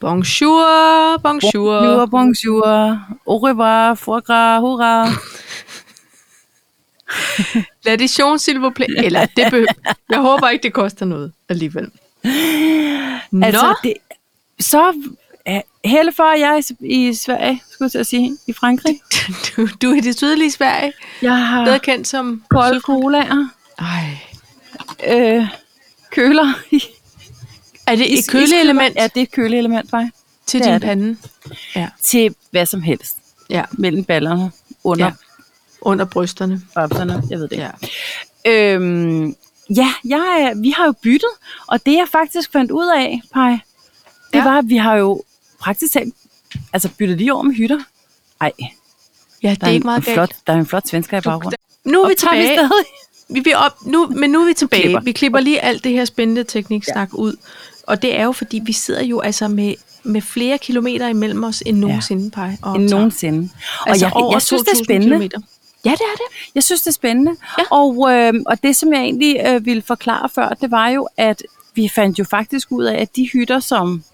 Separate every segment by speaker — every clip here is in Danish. Speaker 1: Bonjour, bonjour.
Speaker 2: Bonjour, bonjour. Au revoir, foie gras, hurra.
Speaker 1: L'addition, s'il vous plaît. Eller, det behøver. Jeg håber ikke, det koster noget alligevel. Nå,
Speaker 2: Altså, det, så er Helle for jeg er i Sverige, skulle jeg til at sige, i Frankrig.
Speaker 1: du, du er i det sydlige Sverige.
Speaker 2: Jeg har
Speaker 1: Bedre kendt som...
Speaker 2: kolde colaer,
Speaker 1: Ej.
Speaker 2: øh, køler. I,
Speaker 1: Er det et køleelement
Speaker 2: Ja, det er et køleelement, faktisk.
Speaker 1: til
Speaker 2: det
Speaker 1: din
Speaker 2: er det.
Speaker 1: pande?
Speaker 2: Til hvad som helst.
Speaker 1: Ja,
Speaker 2: Mellem ballerne, under
Speaker 1: Ja.
Speaker 2: ja.
Speaker 1: under brysterne.
Speaker 2: bobserne, jeg ved det ikke.
Speaker 1: Ja.
Speaker 2: Øhm, ja, jeg, er- vi har jo byttet, og det jeg faktisk fandt ud af, Paj, det
Speaker 1: Ja.
Speaker 2: ja. var, at vi har jo praktisk talt altså byttet lige over med hytter. Ej, der
Speaker 1: ja, det er,
Speaker 2: en
Speaker 1: ikke meget galt.
Speaker 2: flot, der er en flot svensker i
Speaker 1: Du-
Speaker 2: baggrunden.
Speaker 1: Nu er vi
Speaker 2: Optager
Speaker 1: tilbage.
Speaker 2: stadig.
Speaker 1: Vi, vi er op, nu, men nu er vi tilbage. Klipper.
Speaker 2: Klipper.
Speaker 1: Vi klipper lige alt det her spændende tekniksnak ja. ud. Og det er jo, fordi vi sidder jo altså med, med flere kilometer imellem os end nogensinde, ja. Paj. Og
Speaker 2: End
Speaker 1: optager.
Speaker 2: nogensinde. Og
Speaker 1: Altså
Speaker 2: altså, jeg, jeg,
Speaker 1: over
Speaker 2: jeg synes, det er
Speaker 1: 2.000
Speaker 2: spændende.
Speaker 1: Kilometer. Ja, det er det.
Speaker 2: Jeg synes, det er spændende.
Speaker 1: Ja.
Speaker 2: Og, øh, og det, som jeg egentlig øh, ville forklare før, det var jo, at vi fandt jo faktisk ud af, at de hytter, som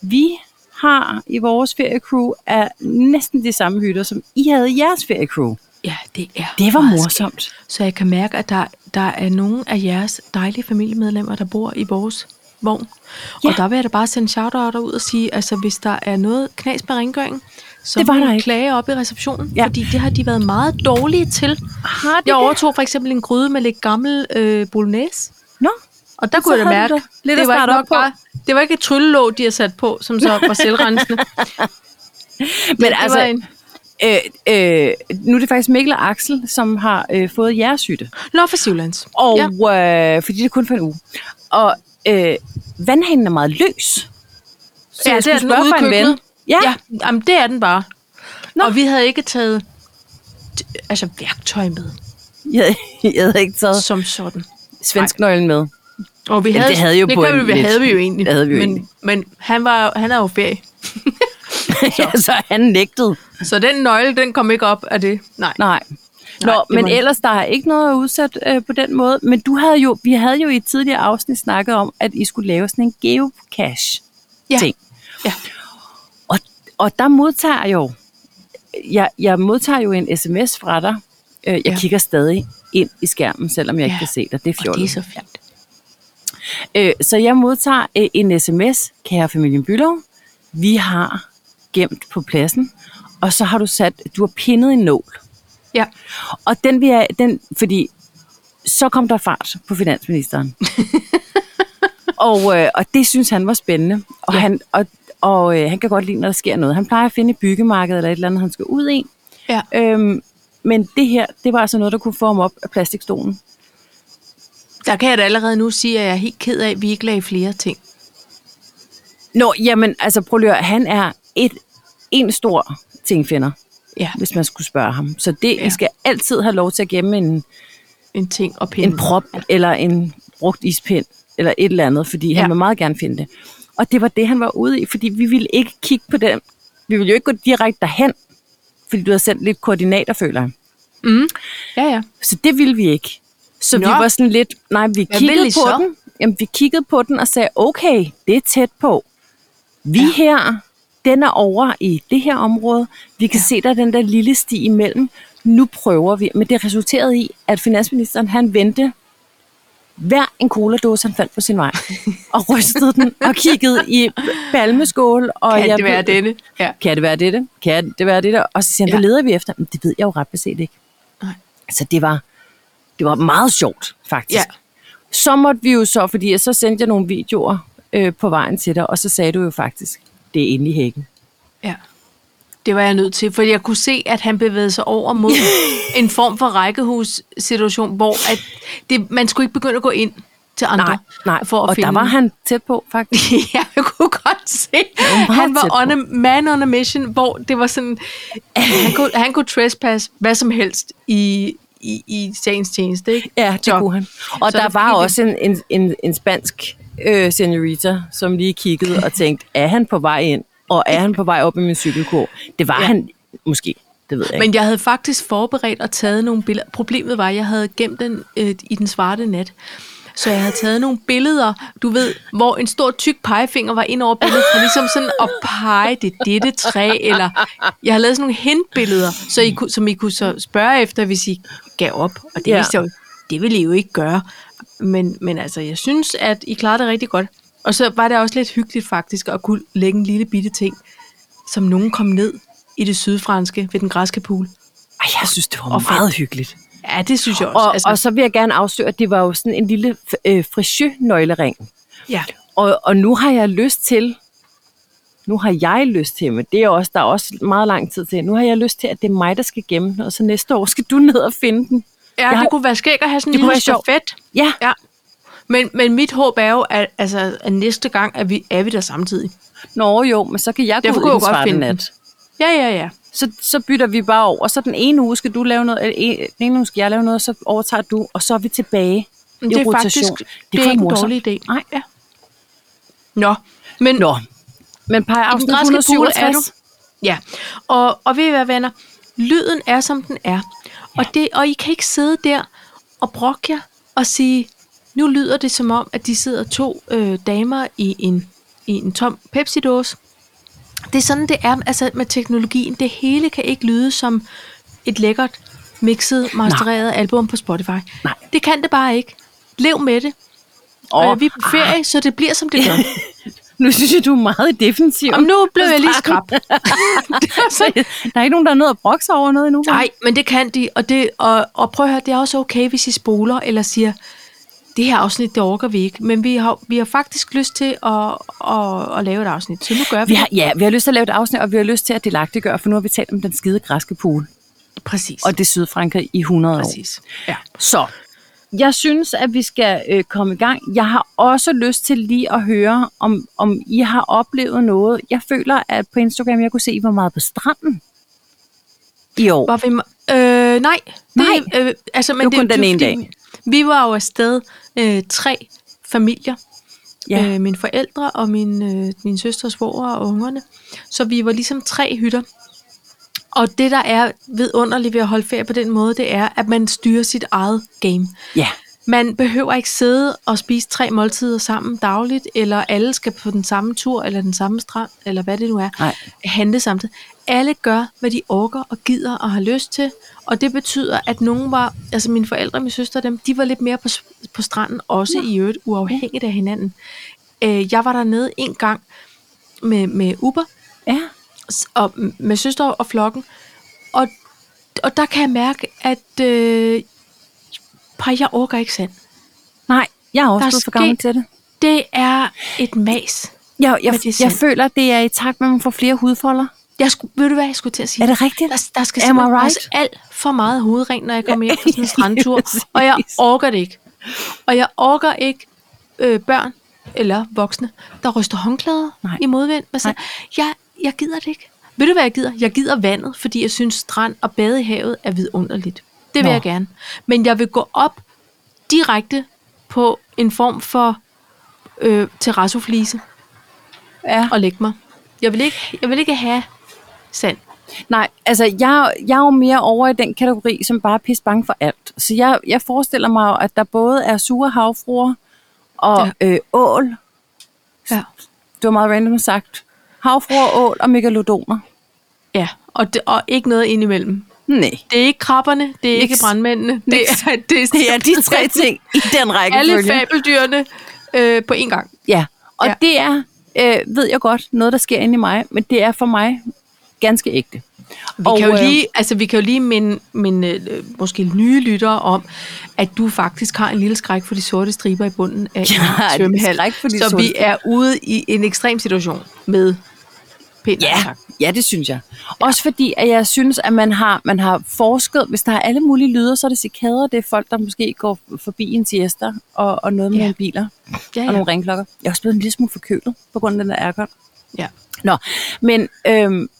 Speaker 2: vi har i vores feriecrew, er næsten de samme hytter, som I havde i jeres feriecrew.
Speaker 1: Ja, det er.
Speaker 2: Det var
Speaker 1: meget
Speaker 2: morsomt.
Speaker 1: skægt. Så jeg kan mærke, at der, der er nogle af jeres dejlige familiemedlemmer, der bor i vores vogn. Ja.
Speaker 2: Ja.
Speaker 1: Og der vil jeg da bare sende shoutouter ud og sige, altså hvis der er noget knas med rengøringen, så
Speaker 2: Det var
Speaker 1: må
Speaker 2: der
Speaker 1: I
Speaker 2: ikke.
Speaker 1: klage op i receptionen, ja.
Speaker 2: Ja.
Speaker 1: fordi det har de været meget dårlige til.
Speaker 2: Har de
Speaker 1: Jeg
Speaker 2: det?
Speaker 1: overtog for eksempel en gryde med lidt gammel øh, bolognese,
Speaker 2: Nå,
Speaker 1: og der
Speaker 2: Så
Speaker 1: kunne jeg da
Speaker 2: havde du
Speaker 1: mærke,
Speaker 2: da lidt
Speaker 1: det,
Speaker 2: at
Speaker 1: var ikke
Speaker 2: starte
Speaker 1: nok
Speaker 2: op på.
Speaker 1: bare, det var ikke et tryllelåg, de har sat på, som så var selvrensende.
Speaker 2: men
Speaker 1: det
Speaker 2: altså,
Speaker 1: var en...
Speaker 2: øh, øh, nu er det faktisk Mikkel og Axel, som har øh, fået jeres hytte.
Speaker 1: Nå, for Sivlands.
Speaker 2: Og,
Speaker 1: Ja.
Speaker 2: ja. øh, fordi det er kun for en uge. Og øh, vandhanen er meget løs. Så
Speaker 1: Ja, det
Speaker 2: jeg skulle
Speaker 1: er den
Speaker 2: spørge
Speaker 1: ude i
Speaker 2: for en ven.
Speaker 1: køkkenet.
Speaker 2: Ja,
Speaker 1: Ja, jamen, det er den bare. Nå.
Speaker 2: Nå.
Speaker 1: Og vi havde ikke taget t- altså værktøj med,
Speaker 2: Jeg, jeg havde ikke taget
Speaker 1: som sådan.
Speaker 2: svensknøglen med.
Speaker 1: Og vi
Speaker 2: Jamen,
Speaker 1: havde,
Speaker 2: det havde jo
Speaker 1: det
Speaker 2: på
Speaker 1: kan
Speaker 2: en
Speaker 1: vi,
Speaker 2: lidt.
Speaker 1: havde vi jo egentlig.
Speaker 2: Det havde vi jo
Speaker 1: men,
Speaker 2: egentlig.
Speaker 1: men han, var, han er jo ferie.
Speaker 2: Så, så Altså, han nægtede.
Speaker 1: Så den nøgle, den kom ikke op af det. Nej.
Speaker 2: Nej. Nå,
Speaker 1: Nej,
Speaker 2: Nej,
Speaker 1: det
Speaker 2: men
Speaker 1: var-
Speaker 2: ellers, der er ikke noget at udsætte øh, på den måde. Men du havde jo, vi havde jo i et tidligere afsnit snakket om, at I skulle lave sådan en geocache-ting.
Speaker 1: Ja. Ja.
Speaker 2: Og, og der modtager jo, jeg, jeg modtager jo en sms fra dig. Øh, Jeg
Speaker 1: Ja.
Speaker 2: ja. kigger stadig ind i skærmen, selvom jeg ja.
Speaker 1: Ja.
Speaker 2: ikke kan se dig. Det er
Speaker 1: Og det er
Speaker 2: fjollet.
Speaker 1: så fint.
Speaker 2: Øh, så jeg modtager øh, en sms, kære familien Bylov. Vi har gemt på pladsen, og så har du sat, du har pinnet en nål.
Speaker 1: Ja.
Speaker 2: Og den vil jeg, den, fordi så kom der fart på finansministeren. og, øh, og det synes han var spændende. Og,
Speaker 1: Ja.
Speaker 2: ja. han, og, og øh, han kan godt lide, når der sker noget. Han plejer at finde et byggemarked eller et eller andet, han skal ud i.
Speaker 1: Ja.
Speaker 2: Øhm, men det her, det var altså noget, der kunne få ham op af plastikstolen.
Speaker 1: Der kan jeg da allerede nu sige, at jeg er helt ked af, at vi ikke lagde flere ting.
Speaker 2: Nå, jamen, altså prøv lige at høre, han er et, en stor tingfinder,
Speaker 1: Ja,
Speaker 2: hvis man skulle spørge ham. Så det,
Speaker 1: Ja.
Speaker 2: ja. I skal altid have lov til at gemme en,
Speaker 1: en ting og pinde.
Speaker 2: en prop eller en brugt ispind eller et eller andet, fordi ja.
Speaker 1: Ja.
Speaker 2: han vil meget gerne finde det. Og det var det, han var ude i, fordi vi ville ikke kigge på den. Vi ville jo ikke gå direkte derhen, fordi du havde sendt lidt koordinater, føler jeg.
Speaker 1: Mm. Ja, ja.
Speaker 2: Så det ville vi ikke. Så
Speaker 1: Nå.
Speaker 2: vi var sådan lidt, nej, vi
Speaker 1: Hvad
Speaker 2: kiggede
Speaker 1: ville I
Speaker 2: på
Speaker 1: så?
Speaker 2: den. Jamen, vi kiggede på den og sagde, okay, det er tæt på. Vi ja. her, den er over i det her område. Vi kan ja. se, der er den der lille sti imellem. Nu prøver vi. Men det resulterede i, at finansministeren, han vendte hver en coladåse, han fandt på sin vej. Og rystede den og kiggede i balmeskål. Og
Speaker 1: Kan
Speaker 2: jeg
Speaker 1: det
Speaker 2: ved-
Speaker 1: være denne? Ja.
Speaker 2: Kan det være dette? Kan det være dette? Og så siger han,
Speaker 1: Ja.
Speaker 2: ja. hvad leder vi efter? Men det ved jeg jo ret beset ikke.
Speaker 1: Nej.
Speaker 2: Så det var, det var meget sjovt, faktisk.
Speaker 1: Ja.
Speaker 2: Ja. Så måtte vi jo så, fordi så sendte jeg nogle videoer øh, på vejen til dig, og så sagde du jo faktisk, det er inde i hækken.
Speaker 1: Ja. Det var jeg nødt til, for jeg kunne se, at han bevægede sig over mod en form for rækkehussituation, hvor at det, man skulle ikke begynde at gå ind til andre
Speaker 2: Nej, nej.
Speaker 1: for at
Speaker 2: og
Speaker 1: finde
Speaker 2: der var han tæt på, faktisk.
Speaker 1: ja, jeg kunne godt se.
Speaker 2: var meget
Speaker 1: Han var
Speaker 2: tæt på.
Speaker 1: on a, man on a mission, hvor det var sådan, han kunne, han kunne trespass hvad som helst i, i, i sagens tjeneste, ikke?
Speaker 2: Ja, det
Speaker 1: Så-
Speaker 2: kunne han. Og
Speaker 1: så
Speaker 2: der
Speaker 1: er det
Speaker 2: var
Speaker 1: fordi, det-
Speaker 2: også en, en, en, en spansk øh, senorita, som lige kiggede og tænkte, er han på vej ind, og er han på vej op i min cykelkur? Det var
Speaker 1: Ja.
Speaker 2: ja. han måske, det ved jeg ikke.
Speaker 1: Men jeg havde faktisk forberedt og taget nogle billeder. Problemet var, at jeg havde gemt den øh, i den svarte nat. Så jeg havde taget nogle billeder, du ved, hvor en stor tyk pegefinger var ind over billedet, for ligesom sådan at pege det er dette træ, eller jeg har lavet sådan nogle hentbilleder, så I kunne, som I kunne så spørge efter, hvis I gav op. Og det
Speaker 2: Ja.
Speaker 1: ja. vidste jeg jo, det ville I jo ikke gøre. Men, men altså, jeg synes, at I klarede det rigtig godt. Og så var det også lidt hyggeligt faktisk at kunne lægge en lille bitte ting, som nogen kom ned i det sydfranske ved den græske pool.
Speaker 2: Ej, jeg synes, det var
Speaker 1: Og
Speaker 2: meget hyggeligt.
Speaker 1: Ja, det synes jeg også.
Speaker 2: Og, altså, og så vil jeg gerne afsløre, at det var jo sådan en lille øh, frisø-nøglering.
Speaker 1: ja.
Speaker 2: Og, og nu har jeg lyst til, nu har jeg lyst til, men det er også, der er også meget lang tid til, nu har jeg lyst til, at det er mig, der skal gemme den, og så næste år skal du ned og finde den.
Speaker 1: Ja,
Speaker 2: Jeg
Speaker 1: jeg
Speaker 2: har-
Speaker 1: det kunne være skægt at have sådan
Speaker 2: Det
Speaker 1: en
Speaker 2: kunne
Speaker 1: lille
Speaker 2: være sjovt.
Speaker 1: stafet.
Speaker 2: Ja,
Speaker 1: Ja. Men, men mit håb er jo, at, altså, at næste gang er vi, er vi der samtidig.
Speaker 2: nå jo, men så kan jeg gå
Speaker 1: Derfor
Speaker 2: ud
Speaker 1: kunne
Speaker 2: i
Speaker 1: jeg
Speaker 2: den
Speaker 1: jo godt
Speaker 2: svarte
Speaker 1: finde
Speaker 2: nat.
Speaker 1: den. Ja, ja, ja.
Speaker 2: Så, så bytter vi bare over, så den ene uge skal du lave noget, eller en- den ene uge skal jeg lave noget, så overtager du, og så er vi tilbage
Speaker 1: Men
Speaker 2: i
Speaker 1: det er
Speaker 2: rotation.
Speaker 1: faktisk det er
Speaker 2: kunne
Speaker 1: ikke en
Speaker 2: morsomt.
Speaker 1: dårlig idé.
Speaker 2: Nej.
Speaker 1: Ja. Nå, men
Speaker 2: Nå, men peger
Speaker 1: i den
Speaker 2: afsnit
Speaker 1: græske pool er du.
Speaker 2: 167.
Speaker 1: Ja, og, og ved I hvad, venner? Lyden er, som den er. Og, det, og I kan ikke sidde der og brokke jer og sige, nu lyder det som om, at de sidder to øh, damer i en, i en tom Pepsi-dåse. Det er sådan, det er altså med teknologien. Det hele kan ikke lyde som et lækkert mixet, mastereret Nej. album på Spotify.
Speaker 2: Nej.
Speaker 1: Det kan det bare ikke. Lev med det.
Speaker 2: Åh, Ah.
Speaker 1: Og øh, vi er på ferie, så det bliver, som det gør.
Speaker 2: Nu synes jeg, du er meget defensiv.
Speaker 1: Om nu blev jeg lige skrab. det var sådan,
Speaker 2: Der er ikke nogen, der er nødt at brokke sig over noget endnu. vel?
Speaker 1: Nej, men det kan de, og, det, og, og prøv at høre, det er også okay, hvis I spoler eller siger, det her afsnit, det orker vi ikke, men vi har, vi har faktisk lyst til at, at, at lave et afsnit, så nu gør vi,
Speaker 2: Vi
Speaker 1: det.
Speaker 2: har, ja, vi har lyst til at lave et afsnit, og vi har lyst til at delagtiggøre, for nu har vi talt om den skide græske pool
Speaker 1: Præcis,
Speaker 2: og det sydfrankrig i 100 år.
Speaker 1: præcis. Ja.
Speaker 2: Så jeg synes, at vi skal øh, komme i gang. Jeg har også lyst til lige at høre, om, om I har oplevet noget. Jeg føler, at på Instagram, jeg kunne se, I var meget på stranden i år.
Speaker 1: Var vi, ma- øh, nej,
Speaker 2: Nej.
Speaker 1: det, øh, altså, men
Speaker 2: Det var kun
Speaker 1: er
Speaker 2: den
Speaker 1: jo
Speaker 2: ene
Speaker 1: fordi,
Speaker 2: dag.
Speaker 1: Vi var jo afsted øh, tre familier,
Speaker 2: Ja.
Speaker 1: ja. øh, mine forældre og min, øh, min søsters svoger og ungerne. Så vi var ligesom tre hytter. Og det, der er vidunderligt ved at holde ferie på den måde, det er, at man styrer sit eget game.
Speaker 2: Ja,
Speaker 1: Man behøver ikke sidde og spise tre måltider sammen dagligt, eller alle skal på den samme tur, eller den samme strand, eller hvad det nu er,
Speaker 2: Nej.
Speaker 1: handle samtidig. Alle gør, hvad de orker og gider og har lyst til, og det betyder, at nogen var, altså mine forældre, min søster og dem, de var lidt mere på, s- på stranden, også i øvrigt uafhængigt af hinanden. Øh, jeg var dernede en gang med, med Uber,
Speaker 2: ja.
Speaker 1: s- og m- med søster og flokken. Og, og der kan jeg mærke, at øh, pej, jeg orker ikke sand.
Speaker 2: Nej, jeg er
Speaker 1: Der
Speaker 2: også
Speaker 1: er
Speaker 2: blevet for gammel
Speaker 1: sket-
Speaker 2: til det.
Speaker 1: Det er et mas.
Speaker 2: Jeg, jeg,
Speaker 1: Men det er
Speaker 2: jeg, jeg
Speaker 1: sandt.
Speaker 2: føler, det er i takt med, at man får flere hudfolder.
Speaker 1: Jeg skulle, ved du hvad, jeg skulle til at sige?
Speaker 2: Er det rigtigt?
Speaker 1: Der, der skal
Speaker 2: Am I
Speaker 1: simpelthen
Speaker 2: right?
Speaker 1: right? alt for meget hovedring, når jeg kommer hjem fra sådan en strandtur.
Speaker 2: præcis.
Speaker 1: og jeg orker det ikke. Og jeg orker ikke øh, børn eller voksne, der ryster håndklæder
Speaker 2: Nej.
Speaker 1: Nej. i modvind. Hvad siger- Jeg, jeg gider det ikke. Ved du, hvad jeg gider? Jeg gider vandet, fordi jeg synes, strand og bade i havet er vidunderligt. Det vil
Speaker 2: Nå.
Speaker 1: Nå. jeg gerne. Men jeg vil gå op direkte på en form for øh, terrassoflise
Speaker 2: Ja.
Speaker 1: og lægge mig. Jeg vil ikke, jeg vil ikke have sand.
Speaker 2: Nej, altså jeg, jeg er jo mere over i den kategori, som bare er pisse bange for alt. Så jeg, jeg forestiller mig, jo, at der både er sure havfruer og ja. øh, ål.
Speaker 1: Ja.
Speaker 2: Det var meget random sagt. Havfruer, ål og megalodoner.
Speaker 1: Ja, og, det, og ikke noget indimellem.
Speaker 2: Nej.
Speaker 1: Det er ikke krabberne, det er
Speaker 2: Niks.
Speaker 1: Nix. ikke brandmændene. Det
Speaker 2: Niks.
Speaker 1: er, det, er,
Speaker 2: Det er de tre ting i den række.
Speaker 1: Alle fabeldyrene øh, på én gang.
Speaker 2: Ja, og ja.
Speaker 1: Ja.
Speaker 2: det er, øh, ved jeg godt, noget, der sker inde i mig, men det er for mig ganske ægte.
Speaker 1: Vi, og, kan jo lige, altså, vi kan jo lige minde, minde øh, måske nye lyttere om, at du faktisk har en lille skræk for de sorte striber i bunden af
Speaker 2: Jeg har en
Speaker 1: en svømmehal.
Speaker 2: skræk for de
Speaker 1: så
Speaker 2: sorte
Speaker 1: vi er ude i en ekstrem situation med pænt
Speaker 2: Ja,
Speaker 1: sagt.
Speaker 2: ja, det synes jeg. Også fordi, at jeg synes, at man har, man har forsket, hvis der er alle mulige lyder, så er det cikader, det er folk, der måske går forbi en siesta og, og noget med
Speaker 1: Ja.
Speaker 2: nogle biler
Speaker 1: Ja,
Speaker 2: og
Speaker 1: ja.
Speaker 2: nogle ringklokker. Jeg er også blevet en lille smule forkølet på grund af den der ærgert.
Speaker 1: ja.
Speaker 2: Nå, men øhm,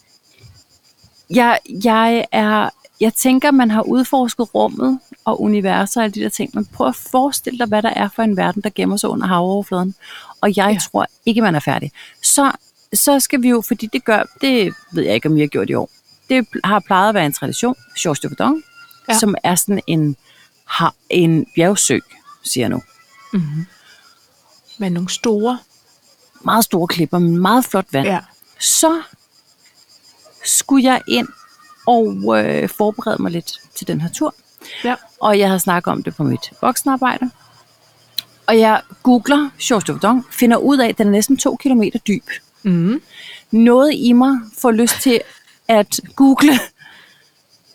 Speaker 2: jeg, jeg, er, jeg tænker, man har udforsket rummet og universet og alle de der ting. Men prøv at forestille dig, hvad der er for en verden, der gemmer sig under havoverfladen. Og jeg ja.
Speaker 1: Ja.
Speaker 2: tror ikke, man er færdig. Så, så skal vi jo, fordi det gør, det ved jeg ikke, om I har gjort i år. Det har plejet at være en tradition, Georges de Verdon, ja.
Speaker 1: Ja.
Speaker 2: som er sådan en, har, en bjergsø, siger jeg nu.
Speaker 1: Med nogle store.
Speaker 2: Meget store klipper, men meget flot vand.
Speaker 1: Ja.
Speaker 2: Så skulle jeg ind og øh, forberede mig lidt til den her tur.
Speaker 1: ja.
Speaker 2: og jeg havde snakket om det på mit voksenarbejde. Og jeg googler Georges Dovedon, finder ud af, at den er næsten to kilometer dyb.
Speaker 1: Mm.
Speaker 2: Noget i mig får lyst til at google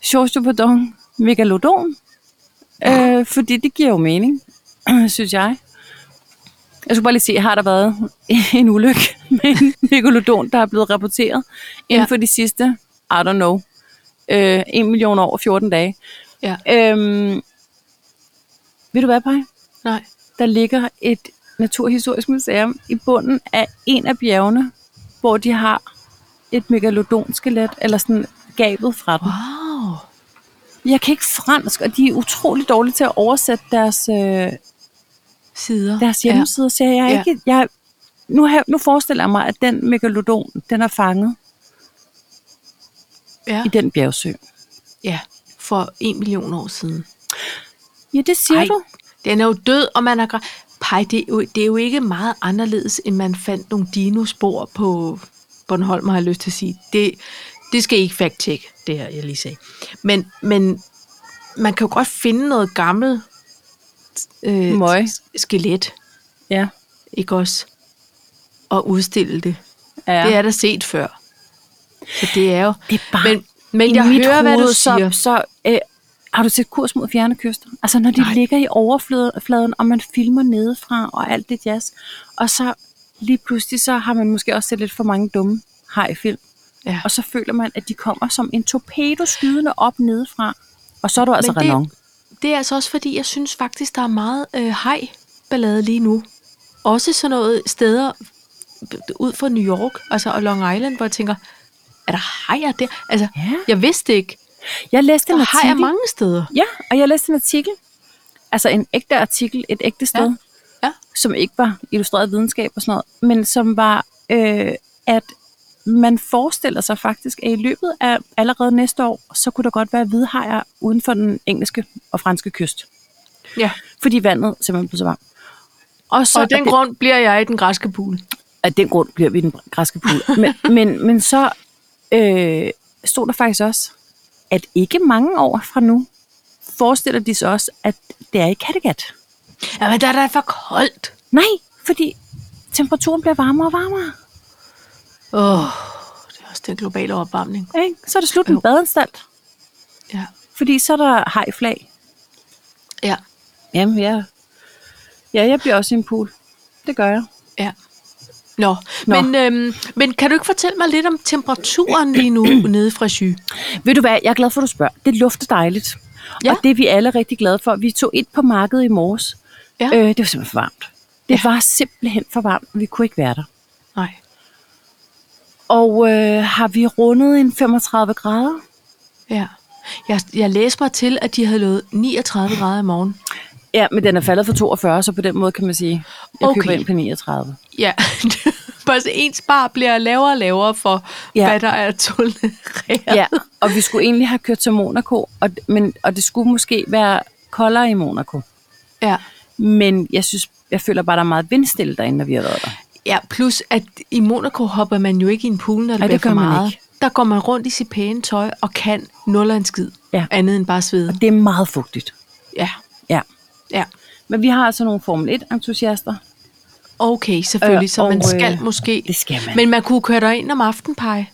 Speaker 2: Georges Dovedon megalodon, øh, fordi det giver jo mening, synes jeg. Jeg skulle bare lige se, har der været en ulykke med en megalodon, der er blevet rapporteret inden
Speaker 1: Ja.
Speaker 2: for de sidste, I don't know, øh, 1 million år og 14 dage.
Speaker 1: Ja.
Speaker 2: Øhm, ved du hvad, Paj?
Speaker 1: Nej.
Speaker 2: Der ligger et naturhistorisk museum i bunden af en af bjergene, hvor de har et megalodonskelet, eller sådan gabet fra den.
Speaker 1: Wow.
Speaker 2: Jeg kan ikke fransk, og de er utrolig dårlige til at oversætte deres, øh,
Speaker 1: Sider.
Speaker 2: deres hjemmesider, ja. så jeg er
Speaker 1: Ja.
Speaker 2: ikke... Jeg, nu, har, nu forestiller jeg mig, at den megalodon, den er fanget
Speaker 1: Ja.
Speaker 2: i den bjergsø.
Speaker 1: ja. For en million år siden.
Speaker 2: Ja, det siger
Speaker 1: Ej,
Speaker 2: du.
Speaker 1: Den er jo død, og man har... gra- Pej, det er, jo, det er jo ikke meget anderledes, end man fandt nogle dinospor på Bornholm, har jeg lyst til at sige. Det, det skal I ikke fact-tjekke, det her, jeg lige sagde. Men, men man kan jo godt finde noget gammelt øh,
Speaker 2: Møg.
Speaker 1: s- skelet,
Speaker 2: Ja.
Speaker 1: ikke også? Og udstille det.
Speaker 2: ja.
Speaker 1: Ja. Det er der set før. Så det er jo...
Speaker 2: Det er bare
Speaker 1: Men, men
Speaker 2: I
Speaker 1: jeg
Speaker 2: mit
Speaker 1: hører,
Speaker 2: hoved,
Speaker 1: hvad du
Speaker 2: så,
Speaker 1: siger.
Speaker 2: så øh, har du set kurs mod fjerne kyster? Altså når de Nej.
Speaker 1: Nej.
Speaker 2: ligger i overfladen, og man filmer nedefra og alt det jazz, og så lige pludselig, så har man måske også set lidt for mange dumme hajfilm,
Speaker 1: Ja.
Speaker 2: og så føler man, at de kommer som en torpedo skydende op nedefra, og så er du altså
Speaker 1: Men det-
Speaker 2: Renon.
Speaker 1: Det er altså også fordi, jeg synes faktisk, der er meget øh, hej-ballade lige nu. Også sådan noget steder b- ud fra New York, altså og Long Island, hvor jeg tænker, er der hejer der? Altså,
Speaker 2: Ja.
Speaker 1: jeg vidste ikke.
Speaker 2: Jeg læste en
Speaker 1: Der hejer
Speaker 2: artikel,
Speaker 1: mange steder.
Speaker 2: Ja, og jeg læste en artikel. Altså en ægte artikel, et ægte sted.
Speaker 1: Ja. Ja.
Speaker 2: Som ikke var illustreret videnskab og sådan noget, men som var, øh, at man forestiller sig faktisk, at i løbet af allerede næste år, så kunne der godt være hvidhajer uden for den engelske og franske kyst.
Speaker 1: Ja.
Speaker 2: Fordi vandet simpelthen blev så varmt. Og, så,
Speaker 1: Så af den
Speaker 2: det-
Speaker 1: grund bliver jeg i den græske pool.
Speaker 2: af den grund bliver vi i den græske pool. Men, men, men så øh, stod der faktisk også, at ikke mange år fra nu, forestiller de sig også, at det er i Kattegat.
Speaker 1: Jamen, der er da for koldt.
Speaker 2: Nej, fordi temperaturen bliver varmere og varmere.
Speaker 1: Åh, oh, det er også den globale opvarmning.
Speaker 2: Ikke? Så er det slut med
Speaker 1: Jo.
Speaker 2: badeanstalt,
Speaker 1: Ja.
Speaker 2: fordi så er der hejflag.
Speaker 1: Ja.
Speaker 2: Jamen, ja. ja, jeg bliver også i en pool. Det gør jeg.
Speaker 1: Ja. Nå,
Speaker 2: Nå.
Speaker 1: Nå. Men, øhm, men kan du ikke fortælle mig lidt om temperaturen lige nu nede fra Sy?
Speaker 2: Ved du hvad, jeg er glad for, at du spørger. Det lufter dejligt. Ja.
Speaker 1: Ja.
Speaker 2: Og det er vi alle rigtig glade for. Vi tog ind på markedet i morges.
Speaker 1: Ja.
Speaker 2: Øh, det var simpelthen for varmt. Det ja. var simpelthen for varmt, og vi kunne ikke være der.
Speaker 1: Nej.
Speaker 2: Og øh, har vi rundet en 35 grader?
Speaker 1: Ja. Jeg, jeg læste mig til, at de havde lovet 39 grader i morgen.
Speaker 2: Ja, men den er faldet fra 42, så på den måde kan man sige, jeg okay.
Speaker 1: Okay.
Speaker 2: køber ind på 39.
Speaker 1: Ja. Bare så ens bar bliver lavere og lavere for,
Speaker 2: Ja.
Speaker 1: ja. hvad der er tolereret.
Speaker 2: Ja, og vi skulle egentlig have kørt til Monaco, og, men, og det skulle måske være koldere i Monaco.
Speaker 1: ja.
Speaker 2: Men jeg synes, jeg føler bare, der er meget vindstille derinde, når vi har været der.
Speaker 1: Ja, plus at i Monaco hopper man jo ikke i en pool, når det,
Speaker 2: Nej,
Speaker 1: Ej,
Speaker 2: det
Speaker 1: bliver
Speaker 2: gør
Speaker 1: for
Speaker 2: man
Speaker 1: meget.
Speaker 2: ikke.
Speaker 1: Der går man rundt i sit pæne tøj og kan nuller en skid.
Speaker 2: Ja.
Speaker 1: Andet end bare svede.
Speaker 2: Det er meget fugtigt.
Speaker 1: Ja.
Speaker 2: Ja.
Speaker 1: Ja.
Speaker 2: Men vi har altså nogle Formel 1-entusiaster.
Speaker 1: Okay, selvfølgelig. Øh, så
Speaker 2: Øh,
Speaker 1: man
Speaker 2: og,
Speaker 1: skal
Speaker 2: øh,
Speaker 1: måske.
Speaker 2: det skal man.
Speaker 1: Men man kunne køre derind om aftenen,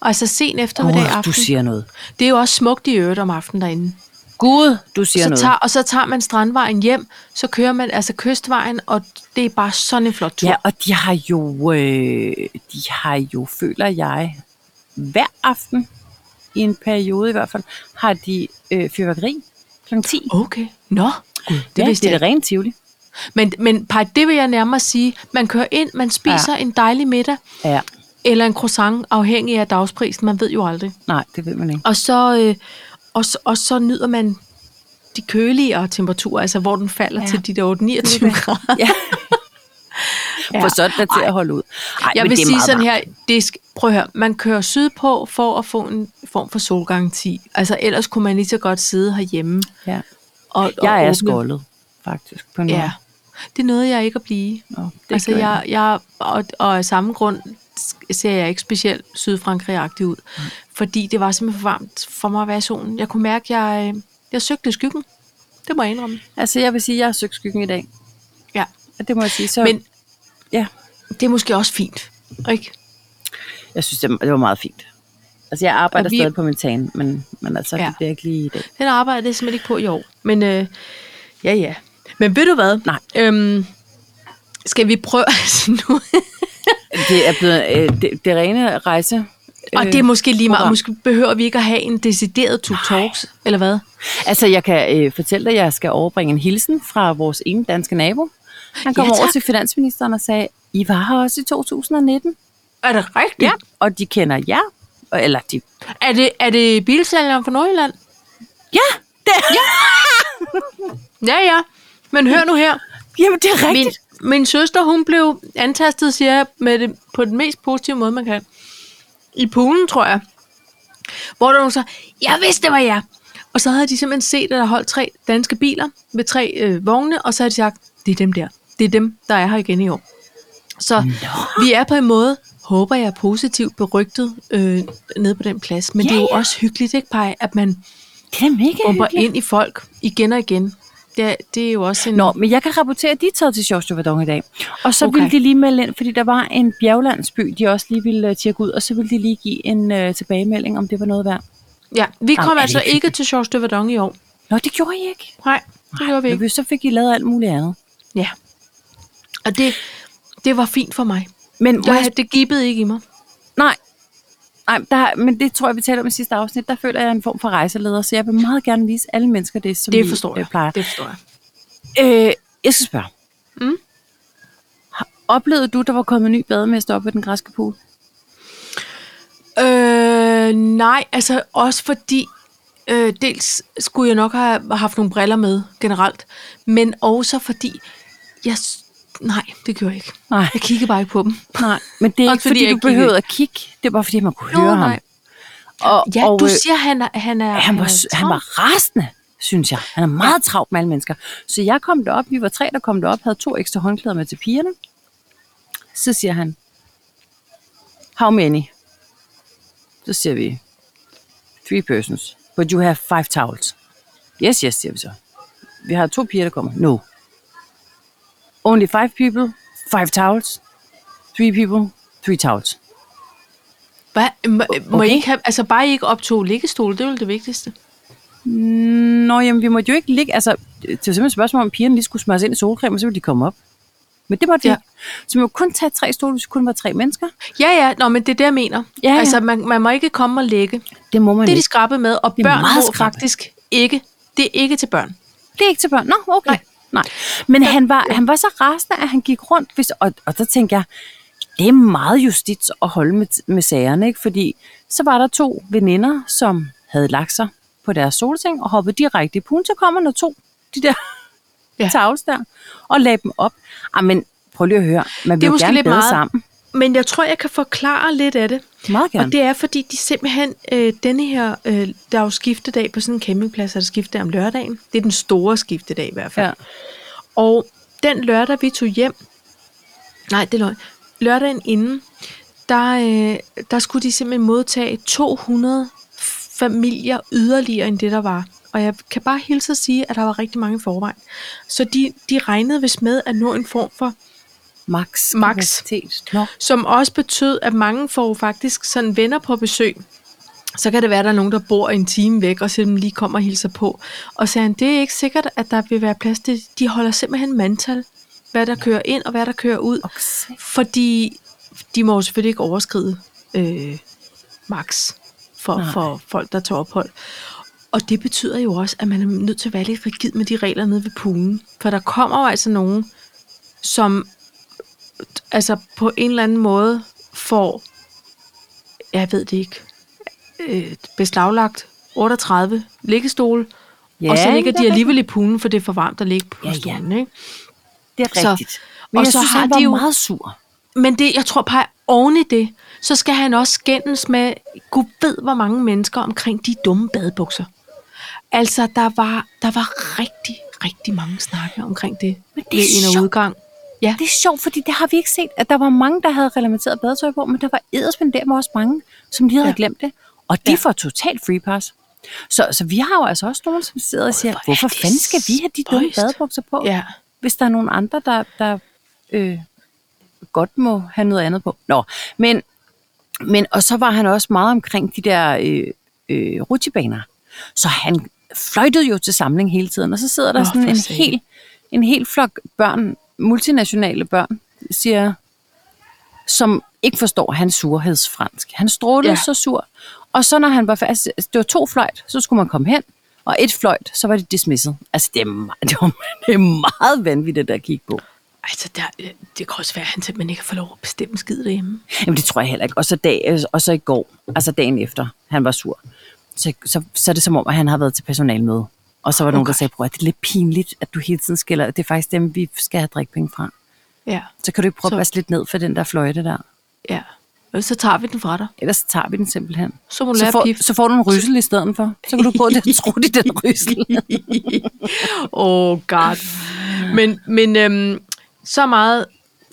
Speaker 1: Og så sen eftermiddag
Speaker 2: Gud, du
Speaker 1: aften.
Speaker 2: siger noget.
Speaker 1: Det er jo også smukt i øvrigt om aftenen derinde.
Speaker 2: Gud, du siger
Speaker 1: så
Speaker 2: noget.
Speaker 1: tager, og så tager man strandvejen hjem, så kører man altså kystvejen, og det er bare sådan en flot tur.
Speaker 2: Ja, og de har jo, øh, de har jo, føler jeg, hver aften, i en periode i hvert fald, har de øh, fyrværkeri kl. 10.
Speaker 1: Okay. Nå, Gud, det
Speaker 2: ja,
Speaker 1: vidste
Speaker 2: det er
Speaker 1: jeg
Speaker 2: det rent tivoli.
Speaker 1: ikke. Men, men Paj, det vil jeg nærmere sige. Man kører ind, man spiser ja. en dejlig middag,
Speaker 2: Ja,
Speaker 1: eller en croissant, afhængig af dagsprisen. Man ved jo aldrig.
Speaker 2: nej, det ved man ikke.
Speaker 1: Og så, øh, og, så- og så nyder man de køligere temperaturer, altså hvor den falder
Speaker 2: Ja.
Speaker 1: ja. til de der 29 grader.
Speaker 2: Ja.
Speaker 1: Ja.
Speaker 2: For sådan er til at holde ud. Ej,
Speaker 1: Jeg
Speaker 2: men
Speaker 1: vil
Speaker 2: det er
Speaker 1: sige
Speaker 2: meget
Speaker 1: sådan
Speaker 2: varmt.
Speaker 1: her, det sk- prøv at høre, man kører sydpå for at få en form for solgaranti. Altså ellers kunne man lige så godt sidde herhjemme.
Speaker 2: Ja.
Speaker 1: Og, og
Speaker 2: Jeg er
Speaker 1: åbne-
Speaker 2: skoldet, faktisk, på en ja.
Speaker 1: Ja.
Speaker 2: måde.
Speaker 1: det nåede jeg ikke at blive.
Speaker 2: Nå, det
Speaker 1: altså,
Speaker 2: gør
Speaker 1: jeg, jeg, og, og af samme grund ser jeg ikke specielt sydfrankrig ud. Mm. Fordi det var simpelthen for varmt for mig at være i solen. Jeg kunne mærke, at jeg, øh, jeg søgte i skyggen. Det må jeg indrømme.
Speaker 2: Altså, jeg vil sige, at jeg har søgt skyggen i dag.
Speaker 1: Ja.
Speaker 2: Og det må jeg sige. Så,
Speaker 1: Men
Speaker 2: ja,
Speaker 1: det er måske også fint. Ikke?
Speaker 2: jeg synes, det, det var meget fint. Altså, jeg arbejder
Speaker 1: Og vi-
Speaker 2: vi... stadig på min tan, men, men altså, ja.
Speaker 1: Ja.
Speaker 2: det bliver ikke lige i dag.
Speaker 1: Den arbejder jeg simpelthen ikke på i år. Men øh, ja, ja. Men ved du hvad?
Speaker 2: Nej.
Speaker 1: Øhm, skal vi prøve altså nu?
Speaker 2: Det er blevet øh, det, det rene rejse. øh,
Speaker 1: Og det er måske lige meget.
Speaker 2: program.
Speaker 1: Måske behøver vi ikke at have en decideret to talks, eller hvad?
Speaker 2: Altså, jeg kan øh, fortælle dig, at jeg skal overbringe en hilsen fra vores ene danske nabo. Han kom
Speaker 1: Ja,
Speaker 2: ja, over
Speaker 1: tak.
Speaker 2: til finansministeren og sagde, I var her også i 2019.
Speaker 1: Er det rigtigt? Ja.
Speaker 2: Og de kender jer. Og- Eller de...
Speaker 1: Er det, er det bilsælgeren fra Nordjylland?
Speaker 2: Ja, det er... Ja.
Speaker 1: Ja, ja. Men hør nu her.
Speaker 2: Jamen, det er
Speaker 1: Min,
Speaker 2: rigtigt.
Speaker 1: min søster, hun blev antastet, siger jeg, med det, på den mest positive måde, man kan. I poolen, tror jeg. Hvor der var nogen så, jeg vidste, det var jer. Og så havde de simpelthen set, at der holdt tre danske biler ved tre øh, vogne, og så havde de sagt, det er dem der. Det er dem, der er her igen i år. Så Nå. vi er på en måde, håber jeg, positivt berygtet øh, nede på den plads. Men ja, det
Speaker 2: Ja,
Speaker 1: er jo
Speaker 2: ja.
Speaker 1: ja. også hyggeligt, ikke, Paj, at man
Speaker 2: Det er mega
Speaker 1: bomber
Speaker 2: hyggeligt.
Speaker 1: ind i folk igen og igen. Det er, det er jo også en...
Speaker 2: Nå, men jeg kan rapportere, at de er taget til Sjovs i dag. Og så
Speaker 1: Okay.
Speaker 2: okay. ville de lige melde ind, fordi der var en bjerglandsby, de også lige ville øh, tjekke ud, og så ville de lige give en øh, tilbagemelding, om det var noget værd.
Speaker 1: Ja, vi
Speaker 2: Jamen,
Speaker 1: kom
Speaker 2: er det
Speaker 1: altså
Speaker 2: ikke
Speaker 1: ikke til Georges de Verdon i år.
Speaker 2: Nå, det gjorde I ikke.
Speaker 1: Nej, det gjorde vi
Speaker 2: Men
Speaker 1: ikke.
Speaker 2: vi- så fik I lavet alt muligt andet.
Speaker 1: Ja. Og det, det var fint for mig.
Speaker 2: Men må jeg
Speaker 1: Jeg, det gibbede ikke i mig.
Speaker 2: Nej. Nej, der, men det tror jeg, vi talte om i sidste afsnit. Der føler jeg en form for rejseleder, så jeg vil meget gerne vise alle mennesker det, som
Speaker 1: Det
Speaker 2: vi,
Speaker 1: forstår
Speaker 2: øh,
Speaker 1: jeg.
Speaker 2: plejer.
Speaker 1: Det forstår jeg.
Speaker 2: Øh, jeg skal spørge.
Speaker 1: Mm.
Speaker 2: Har- Oplevede du, der var kommet en ny bademester op ved den græske pool?
Speaker 1: Øh, nej, altså også fordi, øh, dels skulle jeg nok have haft nogle briller med generelt, men også fordi, jeg, s- nej, det gjorde jeg ikke.
Speaker 2: Nej.
Speaker 1: Jeg kiggede bare ikke på dem.
Speaker 2: Nej, men det er
Speaker 1: Også
Speaker 2: ikke,
Speaker 1: fordi
Speaker 2: fordi,
Speaker 1: jeg
Speaker 2: fordi du
Speaker 1: ikke kiggede.
Speaker 2: behøvede at kigge. Det er bare, fordi man kunne
Speaker 1: Nå,
Speaker 2: høre ham.
Speaker 1: nej.
Speaker 2: Og,
Speaker 1: Ja,
Speaker 2: og,
Speaker 1: du
Speaker 2: øh,
Speaker 1: siger, han er... Han, er,
Speaker 2: han, var, s-
Speaker 1: er
Speaker 2: han var rasende, synes jeg. Han er meget travlt med alle mennesker. Så jeg kom derop, vi var tre, der kom derop, havde to ekstra håndklæder med til pigerne. Så siger han, how many? Så siger vi, three persons, but you have five towels. Yes, yes, siger vi så. Vi har to piger, der kommer. No. Only five people, five towels. Three people, three towels.
Speaker 1: Hvad? Må, må I
Speaker 2: Okay.
Speaker 1: ikke have, altså bare I ikke optog liggestol, det er jo det vigtigste.
Speaker 2: Nå, jamen vi måtte jo ikke ligge, altså det var simpelthen et spørgsmål om, pigerne lige skulle smøre sig ind i solcreme, og så ville de komme op. Men det måtte vi
Speaker 1: Ja.
Speaker 2: ja. Så vi må kun tage tre stole, hvis vi kun var tre mennesker.
Speaker 1: Ja, ja, nå, men det er det, jeg mener.
Speaker 2: Ja, ja.
Speaker 1: Altså, man, man må ikke komme og lægge.
Speaker 2: Det må man
Speaker 1: Det er de
Speaker 2: ikke.
Speaker 1: skrappe med, og
Speaker 2: Det er
Speaker 1: børn
Speaker 2: meget
Speaker 1: må
Speaker 2: skrappe.
Speaker 1: faktisk ikke. Det er ikke til børn.
Speaker 2: Det er ikke til børn. Nå, okay.
Speaker 1: Nej.
Speaker 2: Nej. Nej. Men han var, han var så rasende, at han gik rundt, hvis, og, og der tænkte jeg, det er meget justits at holde med, med sagerne, ikke? fordi så var der to veninder, som havde lagt sig på deres solseng og hoppede direkte i poolen, så kommer der to, de der
Speaker 1: Ja.
Speaker 2: ja. tavles der, og lagde dem op. Ah, men prøv lige at høre,
Speaker 1: Det
Speaker 2: man vil
Speaker 1: er
Speaker 2: jo
Speaker 1: måske
Speaker 2: gerne
Speaker 1: lidt
Speaker 2: bedre
Speaker 1: meget.
Speaker 2: sammen.
Speaker 1: Men jeg tror, jeg kan forklare lidt af det.
Speaker 2: Meget gerne.
Speaker 1: Og det er, fordi de simpelthen, øh, denne her, øh, der er jo skiftedag på sådan en campingplads, og der er skiftedag om lørdagen. Det er den store skiftedag i hvert fald.
Speaker 2: Ja.
Speaker 1: Og den lørdag, vi tog hjem, nej, det er løgn, lørdagen inden, der, øh, der skulle de simpelthen modtage 200 familier yderligere end det, der var. Og jeg kan bare hilse at sige, at der var rigtig mange i forvejen. Så de, de regnede vist med at nå en form for
Speaker 2: Max.
Speaker 1: Max.
Speaker 2: kapacitet. Nå.
Speaker 1: som også betød, at mange får jo faktisk sådan venner på besøg. Så kan det være, at der er nogen, der bor en time væk, og simpelthen lige kommer og hilser på. Og sagde han, det er ikke sikkert, at der vil være plads til, de holder simpelthen mandtal, hvad der kører ind og hvad der kører ud.
Speaker 2: Okay.
Speaker 1: Fordi de må jo selvfølgelig ikke overskride øh, max for,
Speaker 2: Nej.
Speaker 1: for folk, der tager ophold. Og det betyder jo også, at man er nødt til at være lidt rigid med de regler nede ved poolen. For der kommer jo altså nogen, som altså på en eller anden måde får, jeg ved det ikke, øh, beslaglagt 38 liggestole, ja, og så ligger de alligevel i poolen, for det er for varmt at ligge på
Speaker 2: Ja,
Speaker 1: ja,
Speaker 2: ja.
Speaker 1: stolen. Ikke?
Speaker 2: Det er
Speaker 1: Så-
Speaker 2: rigtigt. Men
Speaker 1: og
Speaker 2: jeg
Speaker 1: så
Speaker 2: synes,
Speaker 1: har
Speaker 2: han
Speaker 1: de
Speaker 2: var
Speaker 1: jo-
Speaker 2: meget sur.
Speaker 1: Men det, jeg tror bare, oven i det, så skal han også skændes med, gud ved, hvor mange mennesker omkring de dumme badebukser. Altså, der var, der var rigtig, rigtig mange snakke omkring det,
Speaker 2: Men det
Speaker 1: det
Speaker 2: er
Speaker 1: ved en og
Speaker 2: sjovt.
Speaker 1: udgang. Ja.
Speaker 2: Det er sjovt, fordi det har vi ikke set, at der var mange, der havde relateret badetøj på, men der var edderspænd der var også mange, som lige havde
Speaker 1: Ja.
Speaker 2: ja. glemt det. Og de
Speaker 1: Ja.
Speaker 2: ja. får totalt free pass. Så, så vi har jo altså også nogen, som sidder og siger,
Speaker 1: Hvorfor er
Speaker 2: hvorfor
Speaker 1: det
Speaker 2: fanden skal vi have de dumme
Speaker 1: spøjst?"
Speaker 2: badebukser på,
Speaker 1: Ja.
Speaker 2: hvis der er nogen andre, der, der øh, godt må have noget andet på. Nå, men, men og så var han også meget omkring de der øh, øh, rutsjebaner. Så han fløjtede jo til samling hele tiden, og så sidder der
Speaker 1: Nå,
Speaker 2: Nå, sådan
Speaker 1: for
Speaker 2: en
Speaker 1: satan.
Speaker 2: hel, en hel flok børn, multinationale børn, siger, som ikke forstår hans surhedsfransk. Han strålede
Speaker 1: Ja.
Speaker 2: ja. så sur, og så når han var fast, altså, det var to fløjt, så skulle man komme hen, og et fløjt, så var det dismisset. Altså, det er, me- det, var, det er meget vanvittigt at kigge på.
Speaker 1: Altså, der, øh, det kan også være, at han simpelthen ikke har fået lov at bestemme skid derhjemme.
Speaker 2: Jamen det tror jeg heller ikke. Og så, dag, og så i går, altså dagen efter, han var sur. Så, så, så er det som om, at han har været til personalmøde. Og så var der okay. nogen, der
Speaker 1: Okay.
Speaker 2: sagde, bror, det er lidt pinligt, at du hele tiden skiller. Det er faktisk dem, vi skal have drikkepenge fra.
Speaker 1: Ja,
Speaker 2: Så kan du ikke prøve
Speaker 1: Så-
Speaker 2: at passe lidt ned for den der fløjte der.
Speaker 1: ja. Og så tager vi den fra dig.
Speaker 2: Ellers så tager vi den simpelthen.
Speaker 1: Så må du
Speaker 2: så,
Speaker 1: lære pif.
Speaker 2: får, så får du en ryssel i stedet for. Så kan du gå og trutte i den ryssel.
Speaker 1: Oh god. Men, men øhm, så, meget,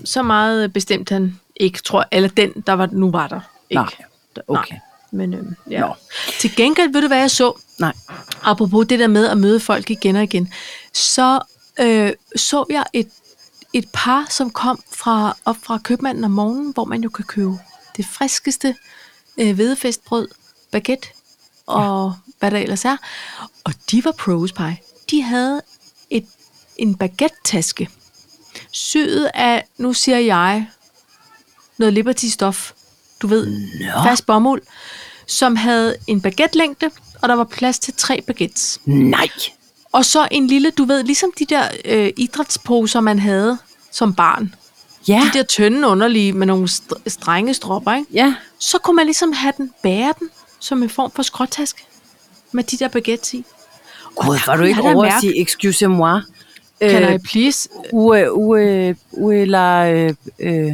Speaker 1: så meget bestemt han ikke, tror jeg. Eller den, der var, nu var der. Ikke.
Speaker 2: Nej, okay.
Speaker 1: Nej. Men øhm, ja.
Speaker 2: Nå.
Speaker 1: Til gengæld, ved du hvad jeg så?
Speaker 2: Nej.
Speaker 1: Apropos det der med at møde folk igen og igen. Så øh, så jeg et, et par, som kom fra, op fra købmanden om morgenen, hvor man jo kan købe det friskeste øh, hvedefestbrød, baguette og ja. hvad der ellers er. Og de var pros pie. De havde et, en baguette-taske, syet af, nu siger jeg, noget Liberty-stof. Du ved, Nå. fast bomuld, som havde en baguette-længde, og der var plads til tre baguettes.
Speaker 2: Nej.
Speaker 1: Og så en lille, du ved, ligesom de der øh, idrætsposer, man havde som barn.
Speaker 2: Ja.
Speaker 1: De der tynde underlige med nogle st- strenge stropper, ikke?
Speaker 2: Ja.
Speaker 1: Så kunne man ligesom have den, bære den, som en form for skråtaske med de der baguettes i.
Speaker 2: Gud, var du ikke
Speaker 1: jeg da
Speaker 2: over at
Speaker 1: mærke-
Speaker 2: sige, excuse moi?
Speaker 1: Kan
Speaker 2: Øh,
Speaker 1: I please
Speaker 2: Ue, ue, ue la, øh, øh,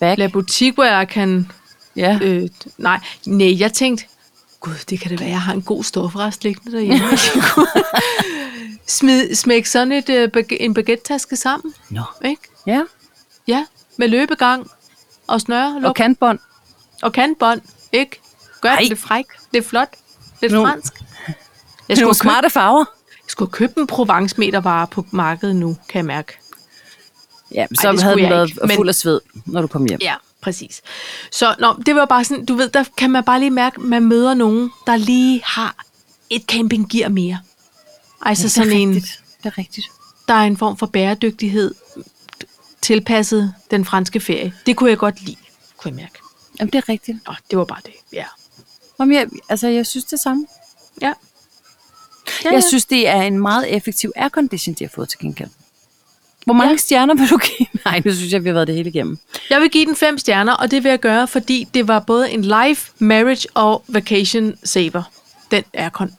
Speaker 2: back.
Speaker 1: la boutique, hvor jeg kan...
Speaker 2: ja.
Speaker 1: Øh, nej, nej, jeg tænkte, gud, det kan det være, jeg har en god stofrest liggende derhjemme. Jeg kunne Smid, smæk sådan et, øh, bag- en baguette-taske sammen,
Speaker 2: Nå.
Speaker 1: ikke?
Speaker 2: Ja,
Speaker 1: Ja, med løbegang og snøre luk,
Speaker 2: og
Speaker 1: okay.
Speaker 2: kantbånd.
Speaker 1: og kantbånd, ikke? Gør
Speaker 2: Ej.
Speaker 1: det lidt fræk, lidt flot, lidt
Speaker 2: Nu.
Speaker 1: fransk. Jeg
Speaker 2: Det er
Speaker 1: skulle,
Speaker 2: nogle
Speaker 1: købe,
Speaker 2: smarte farver.
Speaker 1: jeg skulle købe en Provence metervare på markedet nu, kan jeg mærke.
Speaker 2: Ja, så
Speaker 1: Ej,
Speaker 2: Ej,
Speaker 1: det
Speaker 2: havde
Speaker 1: skulle
Speaker 2: den
Speaker 1: jeg
Speaker 2: været
Speaker 1: ikke, men-
Speaker 2: fuld af sved, når du kom hjem.
Speaker 1: Ja, præcis. Så nå, det var bare sådan, du ved, der kan man bare lige mærke, at man møder nogen, der lige har et campinggear mere. Altså ja, sådan en,
Speaker 2: Det er rigtigt.
Speaker 1: der er en form for bæredygtighed tilpasset den franske ferie. Det kunne jeg godt lide, kunne jeg mærke.
Speaker 2: Jamen, det er rigtigt.
Speaker 1: Nå, det var bare det, ja.
Speaker 2: Jamen, jeg, altså, jeg synes det samme.
Speaker 1: Ja.
Speaker 2: Ja, Jeg synes, det er en meget effektiv aircondition, de har fået til gengæld. Hvor mange ja. stjerner vil du give? Nej, nu synes jeg, vi har været det hele igennem.
Speaker 1: Jeg vil give den fem stjerner, og det vil jeg gøre, fordi det var både en life, marriage og vacation saver. Den aircon.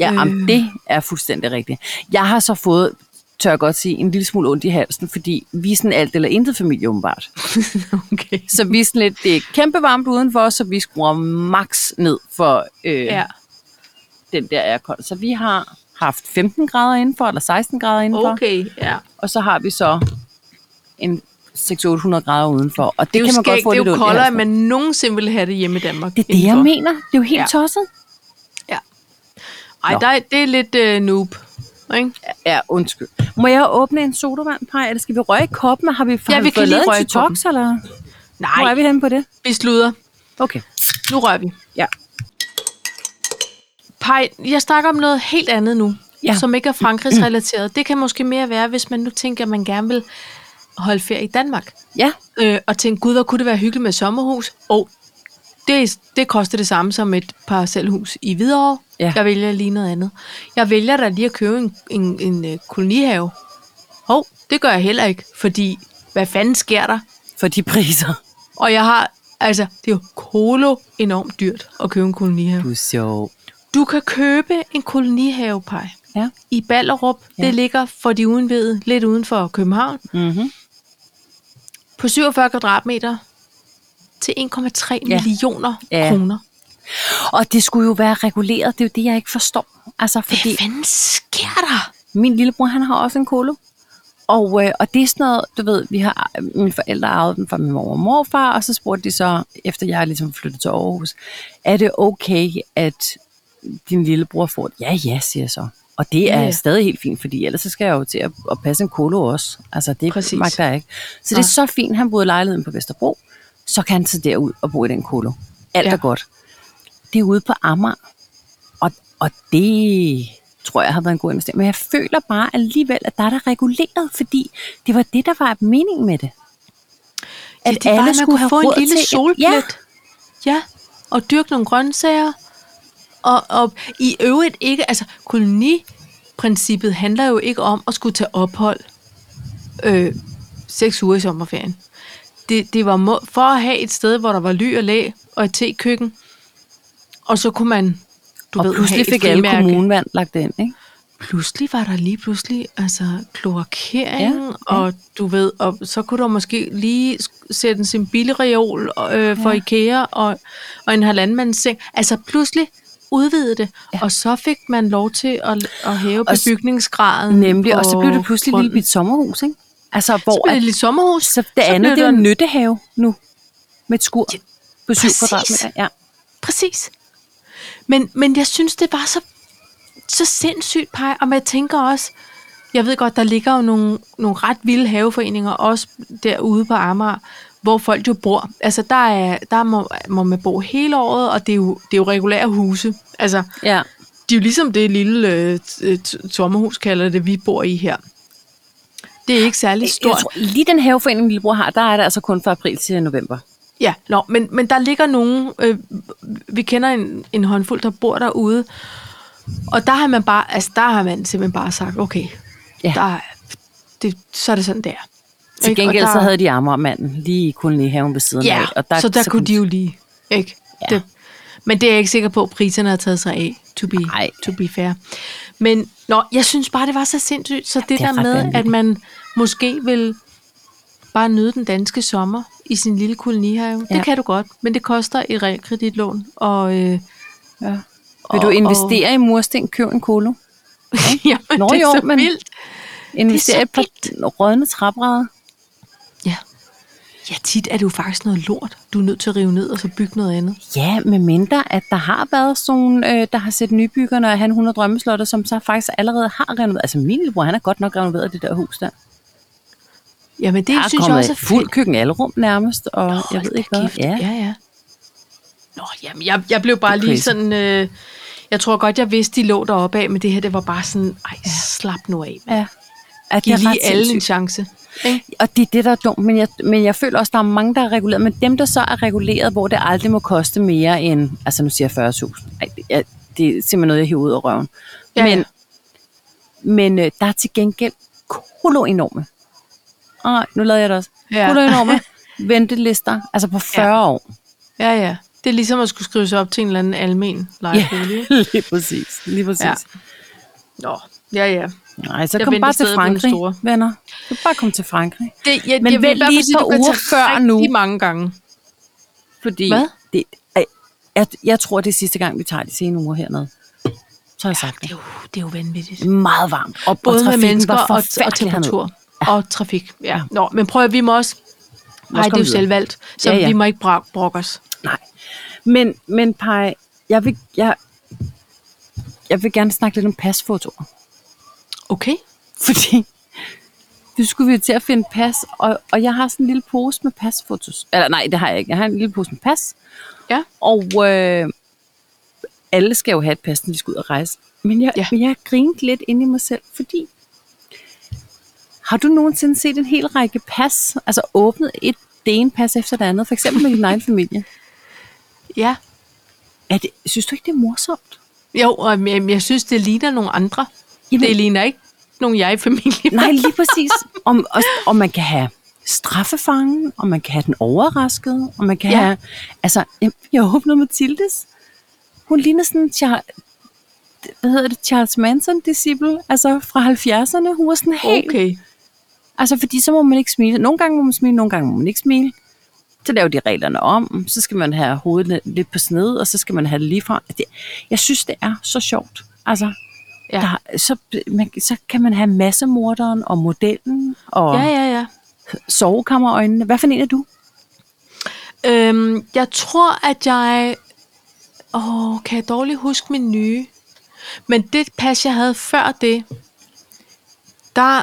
Speaker 2: Ja, øh. jamen, det er fuldstændig rigtigt. Jeg har så fået, tør jeg godt sige, en lille smule ondt i halsen, fordi vi er sådan alt eller intet familie, åbenbart.
Speaker 1: okay.
Speaker 2: Så vi er sådan lidt, det er kæmpe varmt udenfor, så vi skruer max ned for øh,
Speaker 1: Ja.
Speaker 2: ja. den der aircon. Så vi har haft 15 grader indenfor, eller 16 grader indenfor, okay.
Speaker 1: Okay, ja.
Speaker 2: og så har vi så en 600-800 grader udenfor. Og det,
Speaker 1: Det er
Speaker 2: kan
Speaker 1: jo
Speaker 2: man godt
Speaker 1: skægt,
Speaker 2: få
Speaker 1: det er
Speaker 2: lidt
Speaker 1: jo
Speaker 2: ondt i
Speaker 1: koldere,
Speaker 2: halsen.
Speaker 1: end man nogensinde ville have det hjemme i Danmark.
Speaker 2: Det er det, jeg
Speaker 1: indenfor.
Speaker 2: mener. Det er jo helt
Speaker 1: Ja.
Speaker 2: ja. tosset.
Speaker 1: Ja. Ej,
Speaker 2: Nå.
Speaker 1: der, er- det er lidt øh, noob. Ikke?
Speaker 2: Ja, undskyld. Må jeg åbne en sodavand, Paj, eller skal vi røge koppen? Har vi, har
Speaker 1: vi
Speaker 2: vi
Speaker 1: kan
Speaker 2: fået
Speaker 1: lige
Speaker 2: lavet en
Speaker 1: røge koppen.
Speaker 2: detox, eller hvor
Speaker 1: Nej,
Speaker 2: er vi henne på det?
Speaker 1: vi sluder.
Speaker 2: Okay.
Speaker 1: Nu rører vi.
Speaker 2: Ja.
Speaker 1: Pej, jeg snakker om noget helt andet nu, ja.
Speaker 2: Ja.
Speaker 1: som ikke er Frankrigsrelateret. Det kan måske mere være, hvis man nu tænker, at man gerne vil holde ferie i Danmark.
Speaker 2: Ja.
Speaker 1: øh, og tænkte, gud, hvor kunne det være hyggeligt med et sommerhus? Og det, det koster det samme som et parcelhus i Hvidovre.
Speaker 2: Ja.
Speaker 1: Jeg vælger lige noget andet. Jeg vælger da lige at købe en, en, en øh, kolonihave. Hov, det gør jeg heller ikke, fordi hvad fanden sker der?
Speaker 2: For de priser.
Speaker 1: Og jeg har, altså, det er jo kolo enormt dyrt at købe en kolonihave.
Speaker 2: Du er sjov.
Speaker 1: Du kan købe en kolonihavepej
Speaker 2: Ja.
Speaker 1: i Ballerup. Ja.
Speaker 2: Ja.
Speaker 1: Det ligger for de udenvede lidt uden for København.
Speaker 2: Mm-hmm.
Speaker 1: på 47 kvadratmeter til 1,3 ja. millioner ja.
Speaker 2: Ja.
Speaker 1: kroner.
Speaker 2: Og det skulle jo være reguleret, det er jo det, jeg ikke forstår. Altså, fordi
Speaker 1: Hvad fanden sker der?
Speaker 2: Min lillebror, han har også en kolo. Og, øh, og det er sådan noget, du ved, vi har, mine forældre arvede den fra min mor og morfar, og så spurgte de så, efter jeg ligesom flyttede til Aarhus, er det okay, at din lillebror får det? Ja, ja, siger jeg så. Og det er
Speaker 1: Ja, ja.
Speaker 2: ja. stadig helt fint, fordi ellers så skal jeg jo til at, at passe en kolo også. Altså, det
Speaker 1: Præcis.
Speaker 2: Præcis. magter jeg ikke. Så det er så fint, han boede i lejligheden på Vesterbro, så kan han tage derud og bo i den kolo. Alt
Speaker 1: Ja.
Speaker 2: ja. er godt. Det er ude på Amager, og, og det tror jeg har været en god investering. Men jeg føler bare alligevel, at der er der reguleret, fordi det var det, der var meningen med det.
Speaker 1: Ja, det var, at man kunne få en
Speaker 2: råd
Speaker 1: lille
Speaker 2: til- Ja,
Speaker 1: solplet. Ja. ja, og dyrke nogle grøntsager. Og, og i øvrigt ikke, altså koloniprincippet handler jo ikke om at skulle tage ophold øh, seks uger i sommerferien. Det, det var må- for at have et sted, hvor der var ly og læ og et tekøkken, og så kunne man, du
Speaker 2: og
Speaker 1: ved,
Speaker 2: pludselig
Speaker 1: have et
Speaker 2: fik alle
Speaker 1: frimærke.
Speaker 2: kommunevand lagt ind, ikke?
Speaker 1: Pludselig var der lige pludselig altså kloakering, ja,
Speaker 2: Ja,
Speaker 1: ja.
Speaker 2: ja.
Speaker 1: og du ved, og så kunne du måske lige sk- sætte sin bilreol øh, for ja.
Speaker 2: Ja.
Speaker 1: IKEA og, og en halvandmandsseng. Altså pludselig udvidede det, ja. og så fik man lov til at, at hæve
Speaker 2: Og s-
Speaker 1: bebygningsgraden.
Speaker 2: Nemlig, og så blev det
Speaker 1: på
Speaker 2: pludselig
Speaker 1: grunden.
Speaker 2: lige et sommerhus, ikke? Altså,
Speaker 1: Så
Speaker 2: hvor
Speaker 1: blev
Speaker 2: at
Speaker 1: det lidt sommerhus.
Speaker 2: Så det så andet,
Speaker 1: blev
Speaker 2: det er
Speaker 1: der
Speaker 2: en nyttehave nu. Med et skur
Speaker 1: Ja,
Speaker 2: ja, på syv
Speaker 1: præcis.
Speaker 2: kvadratmeter. Ja.
Speaker 1: Præcis. Men, men jeg synes, det var så, så sindssygt, Paj. Og jeg tænker også, jeg ved godt, der ligger jo nogle, nogle ret vilde haveforeninger, også derude på Amager, hvor folk jo bor. Altså, der, er, der må, må man bo hele året, og det er jo, det er jo regulære huse. Altså,
Speaker 2: ja.
Speaker 1: det er jo ligesom det lille øh, t- øh, t- sommerhus, kalder det, vi bor i her. Det er ikke særlig
Speaker 2: Jeg
Speaker 1: stort.
Speaker 2: tror, lige den haveforening, min lillebror har, der er det altså kun fra april til november.
Speaker 1: Ja, no, men, men der ligger nogen, øh, vi kender en, en håndfuld, der bor derude, og der har man bare, altså der har man simpelthen bare sagt, okay, ja.
Speaker 2: Ja.
Speaker 1: der, er- det, så er det sådan, det er.
Speaker 2: Til
Speaker 1: Ikke? Og
Speaker 2: gengæld
Speaker 1: der,
Speaker 2: så havde de Amagermanden lige i kolonihaven ved siden
Speaker 1: ja,
Speaker 2: af.
Speaker 1: og der, så der kunne de jo lige, ikke?
Speaker 2: Ja.
Speaker 1: Det, men det er jeg ikke sikker på, at priserne har taget sig af, to be,
Speaker 2: Nej.
Speaker 1: to be fair. Men nå, jeg synes bare, det var så sindssygt, så det, det
Speaker 2: det er
Speaker 1: der
Speaker 2: ret
Speaker 1: med,
Speaker 2: vanvittigt.
Speaker 1: at man måske vil bare nyde den danske sommer i sin lille kolonihave, ja.
Speaker 2: Ja.
Speaker 1: det kan du godt, men det koster et realkreditlån, og... Øh,
Speaker 2: Ja. Vil du
Speaker 1: og-
Speaker 2: investere i mursten, køb en kolo?
Speaker 1: Jamen,
Speaker 2: Nå
Speaker 1: det er
Speaker 2: jo,
Speaker 1: så
Speaker 2: men-
Speaker 1: vildt.
Speaker 2: Investere i et par rådne træbrædder?
Speaker 1: Ja. ja, tit er det jo faktisk noget lort. Du er nødt til at rive ned og så bygge noget andet.
Speaker 2: Ja, med mindre, at der har været sådan nogle, øh, der har set nybyggerne og han 100 drømmeslotter, som så faktisk allerede har renoveret. Altså min lillebror, han har godt nok renoveret det der hus der.
Speaker 1: Jamen, det
Speaker 2: Der er
Speaker 1: synes jeg
Speaker 2: kommet
Speaker 1: også er
Speaker 2: fuld
Speaker 1: fedt.
Speaker 2: køkken alrum nærmest, og Nå, jeg
Speaker 1: Hold
Speaker 2: ved
Speaker 1: da
Speaker 2: ikke hvad.
Speaker 1: kæft. Ja, ja. Nå, jamen, jeg, jeg blev bare
Speaker 2: Det er
Speaker 1: lige
Speaker 2: crazy.
Speaker 1: sådan... Øh, jeg tror godt, jeg vidste, de lå deroppe af, men det her, det var bare sådan, ej, slap nu af.
Speaker 2: ja. At
Speaker 1: Giv
Speaker 2: det er
Speaker 1: lige
Speaker 2: ret
Speaker 1: alle en
Speaker 2: alle.
Speaker 1: chance. Ikke?
Speaker 2: Og det er det, der er dumt, men jeg, men jeg føler også, der er mange, der er reguleret. Men dem, der så er reguleret, hvor det aldrig må koste mere end, altså nu siger jeg 40.000. Ej, det er- det er simpelthen noget, jeg hiver ud af røven.
Speaker 1: Ja,
Speaker 2: men
Speaker 1: ja.
Speaker 2: men øh, der er til gengæld koloenorme. Ej, nu lavede jeg det også.
Speaker 1: Ja.
Speaker 2: Ja. Koloenorme ventelister, altså på 40 ja. år.
Speaker 1: Ja, ja. Det er ligesom at skulle skrive sig op til en eller anden almen lejebolig. ikke?
Speaker 2: lige præcis. Lige præcis.
Speaker 1: Ja.
Speaker 2: Ja.
Speaker 1: Nå, ja, ja.
Speaker 2: Nej, så
Speaker 1: Jeg
Speaker 2: kom
Speaker 1: venter
Speaker 2: bare til
Speaker 1: stadig på den
Speaker 2: Frankrig,
Speaker 1: store.
Speaker 2: venner. Du kan bare komme til Frankrig.
Speaker 1: Det, jeg,
Speaker 2: Men
Speaker 1: jeg vil
Speaker 2: vent
Speaker 1: i hvert fald
Speaker 2: lige et
Speaker 1: sige,
Speaker 2: par
Speaker 1: du kan
Speaker 2: uger
Speaker 1: tage
Speaker 2: før nu.
Speaker 1: rigtig mange gange.
Speaker 2: Fordi
Speaker 1: Hvad?
Speaker 2: Det, jeg, jeg, jeg tror, det er sidste gang, vi tager de sene uger hernede. Så har jeg sagt
Speaker 1: Det er
Speaker 2: det.
Speaker 1: jo, det er jo vanvittigt.
Speaker 2: Meget varmt. Og,
Speaker 1: Både med
Speaker 2: og trafikken
Speaker 1: mennesker
Speaker 2: var
Speaker 1: og, og
Speaker 2: forfærdelig hernede.
Speaker 1: temperatur. Ja. Og trafik, ja. Nå, men prøv at vi må også... Nej, det er jo
Speaker 2: komme videre.
Speaker 1: selvvalgt, så ja,
Speaker 2: Ja,
Speaker 1: ja.
Speaker 2: ja.
Speaker 1: vi må ikke bro- brokke os.
Speaker 2: Nej. Men, men Paj, jeg vil, jeg, jeg vil gerne snakke lidt om pasfotoer.
Speaker 1: Okay?
Speaker 2: Fordi nu skulle vi jo til at finde pas, og, og jeg har sådan en lille pose med pasfotos. Eller nej, det har jeg ikke. Jeg har en lille pose med pas.
Speaker 1: Ja.
Speaker 2: Og øh, alle skal jo have et pas, når de skal ud og rejse. Men jeg,
Speaker 1: Ja.
Speaker 2: ja. men jeg grinte lidt inde i mig selv, fordi har du nogensinde set en hel række pas, altså åbnet et det ene pas efter det andet, for eksempel med din egen familie?
Speaker 1: Ja.
Speaker 2: Er det, synes du ikke, det er morsomt?
Speaker 1: Jo, og øhm, jeg, jeg synes, det ligner nogle andre. Jamen.
Speaker 2: Jamen-
Speaker 1: Det ligner ikke nogen jeg i familien.
Speaker 2: Nej, lige præcis. Om, og, og man kan have straffefangen, og man kan have den overraskede, og man kan
Speaker 1: Ja.
Speaker 2: ja. have... Altså, jeg, jeg åbnede Mathildes. Hun ligner sådan en Char, hvad hedder det, Charles Manson-disciple, altså fra 70'erne. Hun var sådan helt... Okay.
Speaker 1: Okay.
Speaker 2: Altså, fordi så må man ikke smile. Nogle gange må man smile, nogle gange må man ikke smile. Så laver de reglerne om, så skal man have hovedet lidt- lidt på sned, og så skal man have det lige fra. Det, jeg synes, det er så sjovt. Altså,
Speaker 1: Ja.
Speaker 2: Der, så, man, så kan man have massemorderen og modellen og
Speaker 1: Ja,
Speaker 2: ja, ja.
Speaker 1: ja, ja.
Speaker 2: sovekammerøjnene. Hvad for en er du?
Speaker 1: Øhm, jeg tror, at jeg... Åh, kan jeg dårligt huske min nye? Men det pas, jeg havde før det, der,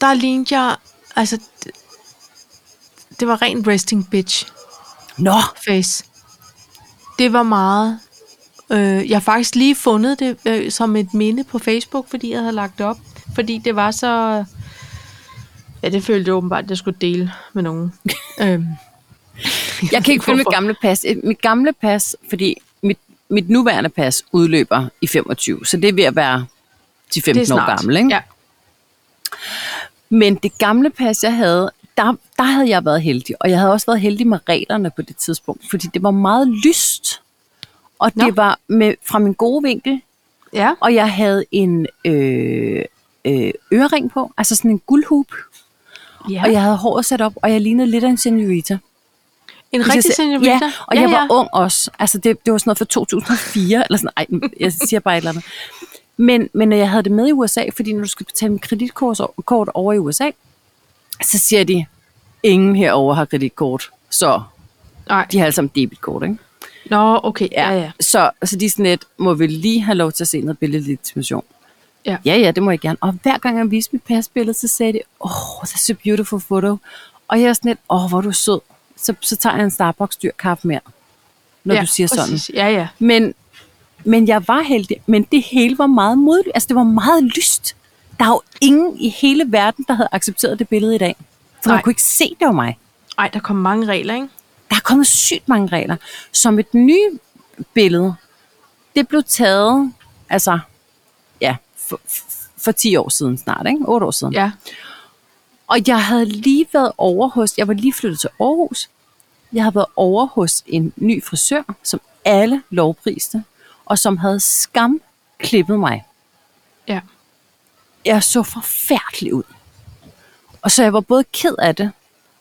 Speaker 1: der lignede jeg... Altså, det, det var ren resting bitch
Speaker 2: Nå,
Speaker 1: face. Det var meget... Øh, jeg har faktisk lige fundet det øh, som et minde på Facebook, fordi jeg havde lagt det op. Fordi det var så... Ja, det følte jeg åbenbart, at jeg skulle dele med nogen. øhm,
Speaker 2: jeg kan ikke finde mit
Speaker 1: Hvorfor?
Speaker 2: gamle pas. Eh, Mit gamle pas, fordi mit, mit nuværende pas udløber i 25, så det er ved at være de 15 år gammel. Ikke?
Speaker 1: Ja.
Speaker 2: Men det gamle pas, jeg havde, der, der havde jeg været heldig. Og jeg havde også været heldig med reglerne på det tidspunkt, fordi det var meget lyst. Og
Speaker 1: Nå.
Speaker 2: det var med, fra min gode vinkel,
Speaker 1: ja.
Speaker 2: og jeg havde en øh, øh, ørering på, altså sådan en guldhub.
Speaker 1: Ja.
Speaker 2: Og jeg havde håret sat op, og jeg lignede lidt af en senorita.
Speaker 1: en
Speaker 2: Hvis jeg
Speaker 1: rigtig
Speaker 2: ser-
Speaker 1: senorita.
Speaker 2: Ja, og ja, jeg var ung også. Altså, det, det var sådan noget fra 2004, eller sådan, ej, jeg siger bare et eller andet. Men, men jeg havde det med i USA, fordi når du skal betale med kreditkort kort over i USA, så siger de, ingen herover har kreditkort, så
Speaker 1: Nej.
Speaker 2: de har alle sammen debitkort, ikke?
Speaker 1: Nå, okay. Ja, ja.
Speaker 2: Så, så de er sådan lidt, må vi lige have lov til at se noget billedlegitimation?
Speaker 1: Ja.
Speaker 2: ja, ja, det må jeg gerne. Og hver gang jeg viste mit pasbillede, så sagde de, åh, oh, that's a beautiful photo. Og jeg er sådan lidt, åh, oh, hvor er du sød. Så, så tager jeg en Starbucks dyr kaffe mere, når
Speaker 1: ja,
Speaker 2: ja, du siger sådan.
Speaker 1: præcis. Ja, ja.
Speaker 2: Men, men jeg var heldig, men det hele var meget modlyst. Altså, det var meget lyst. Der er jo ingen i hele verden, der havde accepteret det billede i dag. For
Speaker 1: Nej.
Speaker 2: man kunne ikke se, det var mig.
Speaker 1: Ej, der kom mange regler, ikke?
Speaker 2: Der er kommet sygt mange regler. Som et nye billede, det blev taget, altså, ja, for, for 10 år siden snart, ikke? 8 år siden.
Speaker 1: Ja.
Speaker 2: Og jeg havde lige været over hos, jeg var lige flyttet til Aarhus. Jeg havde været over hos en ny frisør, som alle lovpriste, og som havde skam klippet mig.
Speaker 1: Ja.
Speaker 2: Jeg så forfærdelig ud. Og så jeg var både ked af det,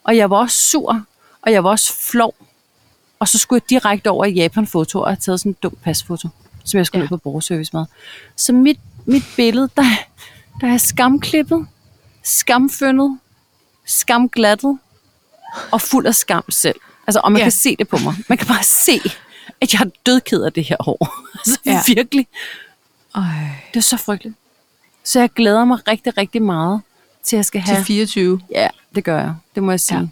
Speaker 2: og jeg var også sur, og jeg var også flov. Og så skulle jeg direkte over i Japan Foto og have taget sådan en dum pasfoto, som jeg skulle
Speaker 1: Ja.
Speaker 2: ja. ned på borgerservice med. Så mit, mit billede, der, der er skamklippet, skamfyndet, skamglattet og fuld af skam selv. Altså, og man
Speaker 1: Ja.
Speaker 2: ja. kan se det på mig. Man kan bare se, at jeg er dødked af det her år. Altså,
Speaker 1: Ja.
Speaker 2: ja. virkelig.
Speaker 1: Ej.
Speaker 2: Det er så frygteligt. Så jeg glæder mig rigtig, rigtig meget til, at jeg skal
Speaker 1: Til
Speaker 2: have...
Speaker 1: 24.
Speaker 2: Ja, det gør jeg. Det må jeg sige.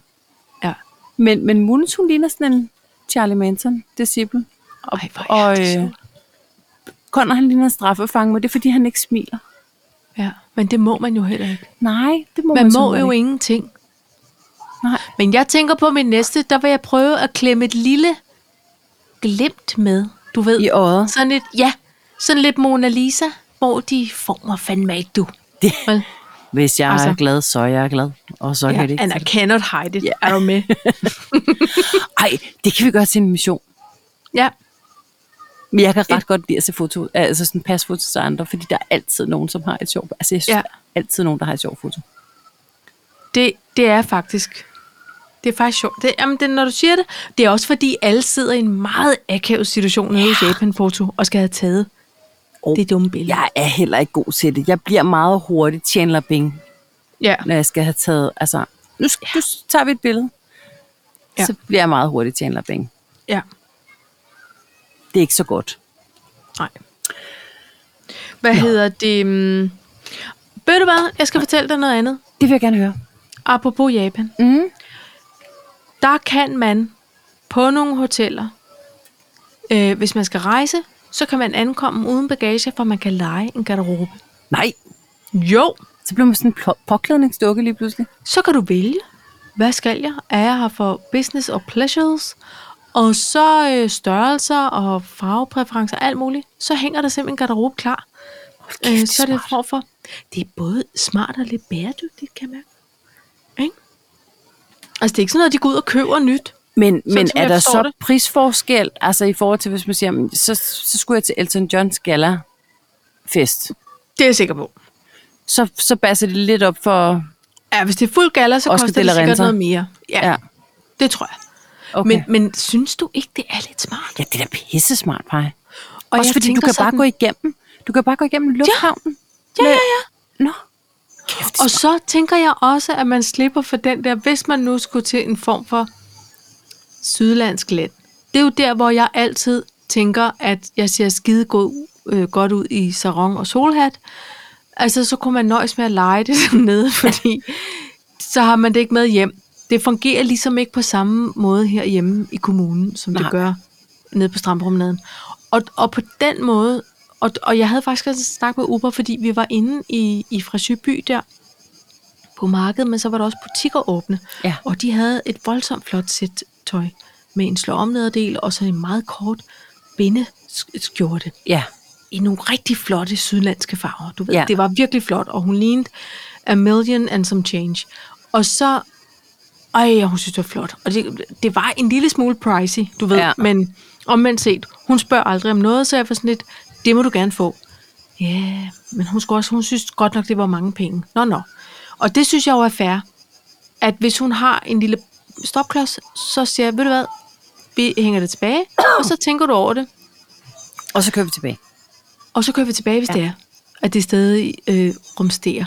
Speaker 1: Ja. Ja.
Speaker 2: Men, men Munes, hun ligner sådan en Charlie Manson disciple.
Speaker 1: Og, Ej, hvor
Speaker 2: og,
Speaker 1: er det
Speaker 2: øh,
Speaker 1: sjovt.
Speaker 2: Conor, han ligner en straffefange, men det er, fordi han ikke smiler.
Speaker 1: Ja. Men det må man jo heller ikke.
Speaker 2: Nej, det må man,
Speaker 1: Man må
Speaker 2: simpelthen
Speaker 1: jo
Speaker 2: ikke.
Speaker 1: ingenting.
Speaker 2: Nej.
Speaker 1: Men jeg tænker på min næste, der vil jeg prøve at klemme et lille glimt med. Du ved.
Speaker 2: I øjet.
Speaker 1: Sådan et, ja. Sådan lidt Mona Lisa, hvor de får mig fandme ikke, du.
Speaker 2: Det-
Speaker 1: Vel?
Speaker 2: Hvis jeg
Speaker 1: Altså.
Speaker 2: er glad, så er jeg glad. Og så
Speaker 1: Ja,
Speaker 2: kan det ikke.
Speaker 1: and I cannot hide it.
Speaker 2: Ja.
Speaker 1: Er du med?
Speaker 2: Ej, det kan vi gøre til en mission.
Speaker 1: ja.
Speaker 2: Men jeg kan ret godt lide at se foto, altså sådan pasfoto til andre, fordi der er altid nogen, som har et sjovt. Altså, jeg
Speaker 1: Ja.
Speaker 2: synes, ja. altid nogen, der har et sjovt foto.
Speaker 1: Det, det er faktisk... Det er faktisk sjovt. Det, jamen, det, når du siger det, det er også fordi, alle sidder i en meget akavet situation nede i Japan Foto og skal have taget
Speaker 2: Og
Speaker 1: det dumme billede.
Speaker 2: jeg er heller ikke god til det. Jeg bliver meget hurtigt Chandler Bing,
Speaker 1: ja.
Speaker 2: når jeg skal have taget, altså, nu, sk- nu tager vi et billede.
Speaker 1: Ja.
Speaker 2: Ja. Så bliver jeg meget hurtigt Chandler Bing.
Speaker 1: ja.
Speaker 2: Det er ikke så godt.
Speaker 1: Nej. Hvad hedder det? mm, Ved du hvad? Jeg skal fortælle dig noget andet.
Speaker 2: Det vil jeg gerne høre.
Speaker 1: Apropos Japan.
Speaker 2: Mm.
Speaker 1: Der kan man på nogle hoteller, øh, hvis man skal rejse, så kan man ankomme uden bagage, for man kan lege en garderobe.
Speaker 2: Nej,
Speaker 1: Jo,
Speaker 2: så bliver man sådan en pl- påklædningsdukke lige pludselig.
Speaker 1: så kan du vælge, hvad skal jeg? Er jeg her for business og pleasures? Og så øh, størrelser og farvepræferencer, alt muligt. Så hænger der simpelthen en garderobe klar. Øh, så er det for, for. Det er både smart og lidt bæredygtigt, kan man. Ikke? Altså, det er ikke sådan noget, at de går ud og køber nyt.
Speaker 2: Men, men
Speaker 1: som
Speaker 2: er
Speaker 1: jeg
Speaker 2: der
Speaker 1: forstår
Speaker 2: så
Speaker 1: det.
Speaker 2: det. prisforskel, altså i forhold til, hvis man siger, "Men så, så skulle jeg til Elton Johns gala fest.
Speaker 1: Det er jeg sikker på.
Speaker 2: Så, så basser det lidt op for...
Speaker 1: Ja, hvis det er fuld gala, så
Speaker 2: Oscar
Speaker 1: koster
Speaker 2: de la
Speaker 1: det sikkert
Speaker 2: Renta.
Speaker 1: noget mere. Ja, ja.
Speaker 2: Ja,
Speaker 1: det tror jeg.
Speaker 2: okay.
Speaker 1: Okay. Men, men synes du ikke, det er lidt smart?
Speaker 2: ja det er da pisse smart, Paj.
Speaker 1: Og
Speaker 2: Også
Speaker 1: jeg
Speaker 2: fordi du
Speaker 1: tænker
Speaker 2: kan bare
Speaker 1: sådan-
Speaker 2: gå igennem. Du kan bare gå igennem lufthavnen.
Speaker 1: Ja, ja,
Speaker 2: ja. Nå. Kæft,
Speaker 1: Og så tænker jeg også, at man slipper for den der, hvis man nu skulle til en form for sydlandsk land. Det er jo der, hvor jeg altid tænker, at jeg ser skide god, øh, godt ud i sarong og solhat. Altså, så kunne man nøjes med at lege det sådan nede, fordi så har man det ikke med hjem. Det fungerer ligesom ikke på samme måde herhjemme i kommunen, som Nej. det
Speaker 2: Nej.
Speaker 1: gør nede på Strandpromenaden. Og, og på den måde, og, og jeg havde faktisk også snakket med Uber, fordi vi var inde i, i Frisøby der på markedet, men så var der også butikker åbne.
Speaker 2: Ja.
Speaker 1: Og de havde et voldsomt flot sæt tøj med en slåomnederdel og så en meget kort bindeskjorte
Speaker 2: Ja.
Speaker 1: i nogle rigtig flotte sydlandske farver. Du ved,
Speaker 2: Ja.
Speaker 1: ja. det var virkelig flot, og hun lignede a million and some change. Og så, ej, hun synes, det var flot. Og det, det var en lille smule pricey, du ved,
Speaker 2: Ja.
Speaker 1: ja. men omvendt set, hun spørger aldrig om noget, så jeg var sådan lidt, det må du gerne få. Ja, yeah, men hun, skulle også, hun synes godt nok, det var mange penge. Nå, nå. Og det synes jeg jo er fair, at hvis hun har en lille stopklods, så siger jeg, ved du hvad, vi hænger det tilbage, og så tænker du over det.
Speaker 2: Og så kører vi tilbage.
Speaker 1: Og så kører vi tilbage, hvis ja. det er, at det stadig øh, rumsterer.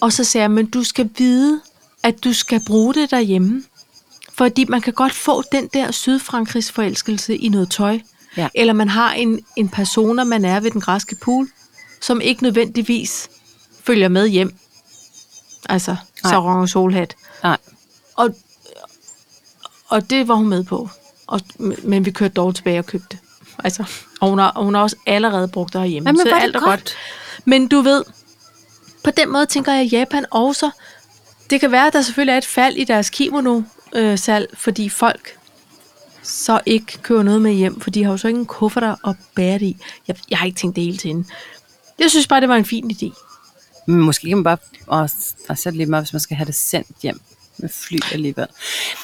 Speaker 1: Og så sagde jeg, men du skal vide, at du skal bruge det derhjemme. Fordi man kan godt få den der sydfrankrigs forelskelse i noget tøj.
Speaker 2: Ja.
Speaker 1: Eller man har en, en persona, man er ved den græske pool, som ikke nødvendigvis følger med hjem. Altså,
Speaker 2: Nej.
Speaker 1: sarong og solhat.
Speaker 2: Nej.
Speaker 1: Og, og det var hun med på. Og, men vi kørte dog tilbage og købte. Altså, og hun har, og hun har også allerede brugt det herhjemme.
Speaker 2: Jamen,
Speaker 1: så
Speaker 2: hvor er det
Speaker 1: alt er
Speaker 2: godt.
Speaker 1: godt. Men du ved, på den måde tænker jeg, at Japan også... Det kan være, at der selvfølgelig er et fald i deres kimono-salg, fordi folk så ikke køber noget med hjem, for de har jo så ikke en kufferter at bære det i. Jeg, jeg har ikke tænkt det hele til hende. Jeg synes bare, det var en fin idé.
Speaker 2: Men måske kan man bare... Og, og så er det lige meget, hvis man skal have det sendt hjem med fly alligevel.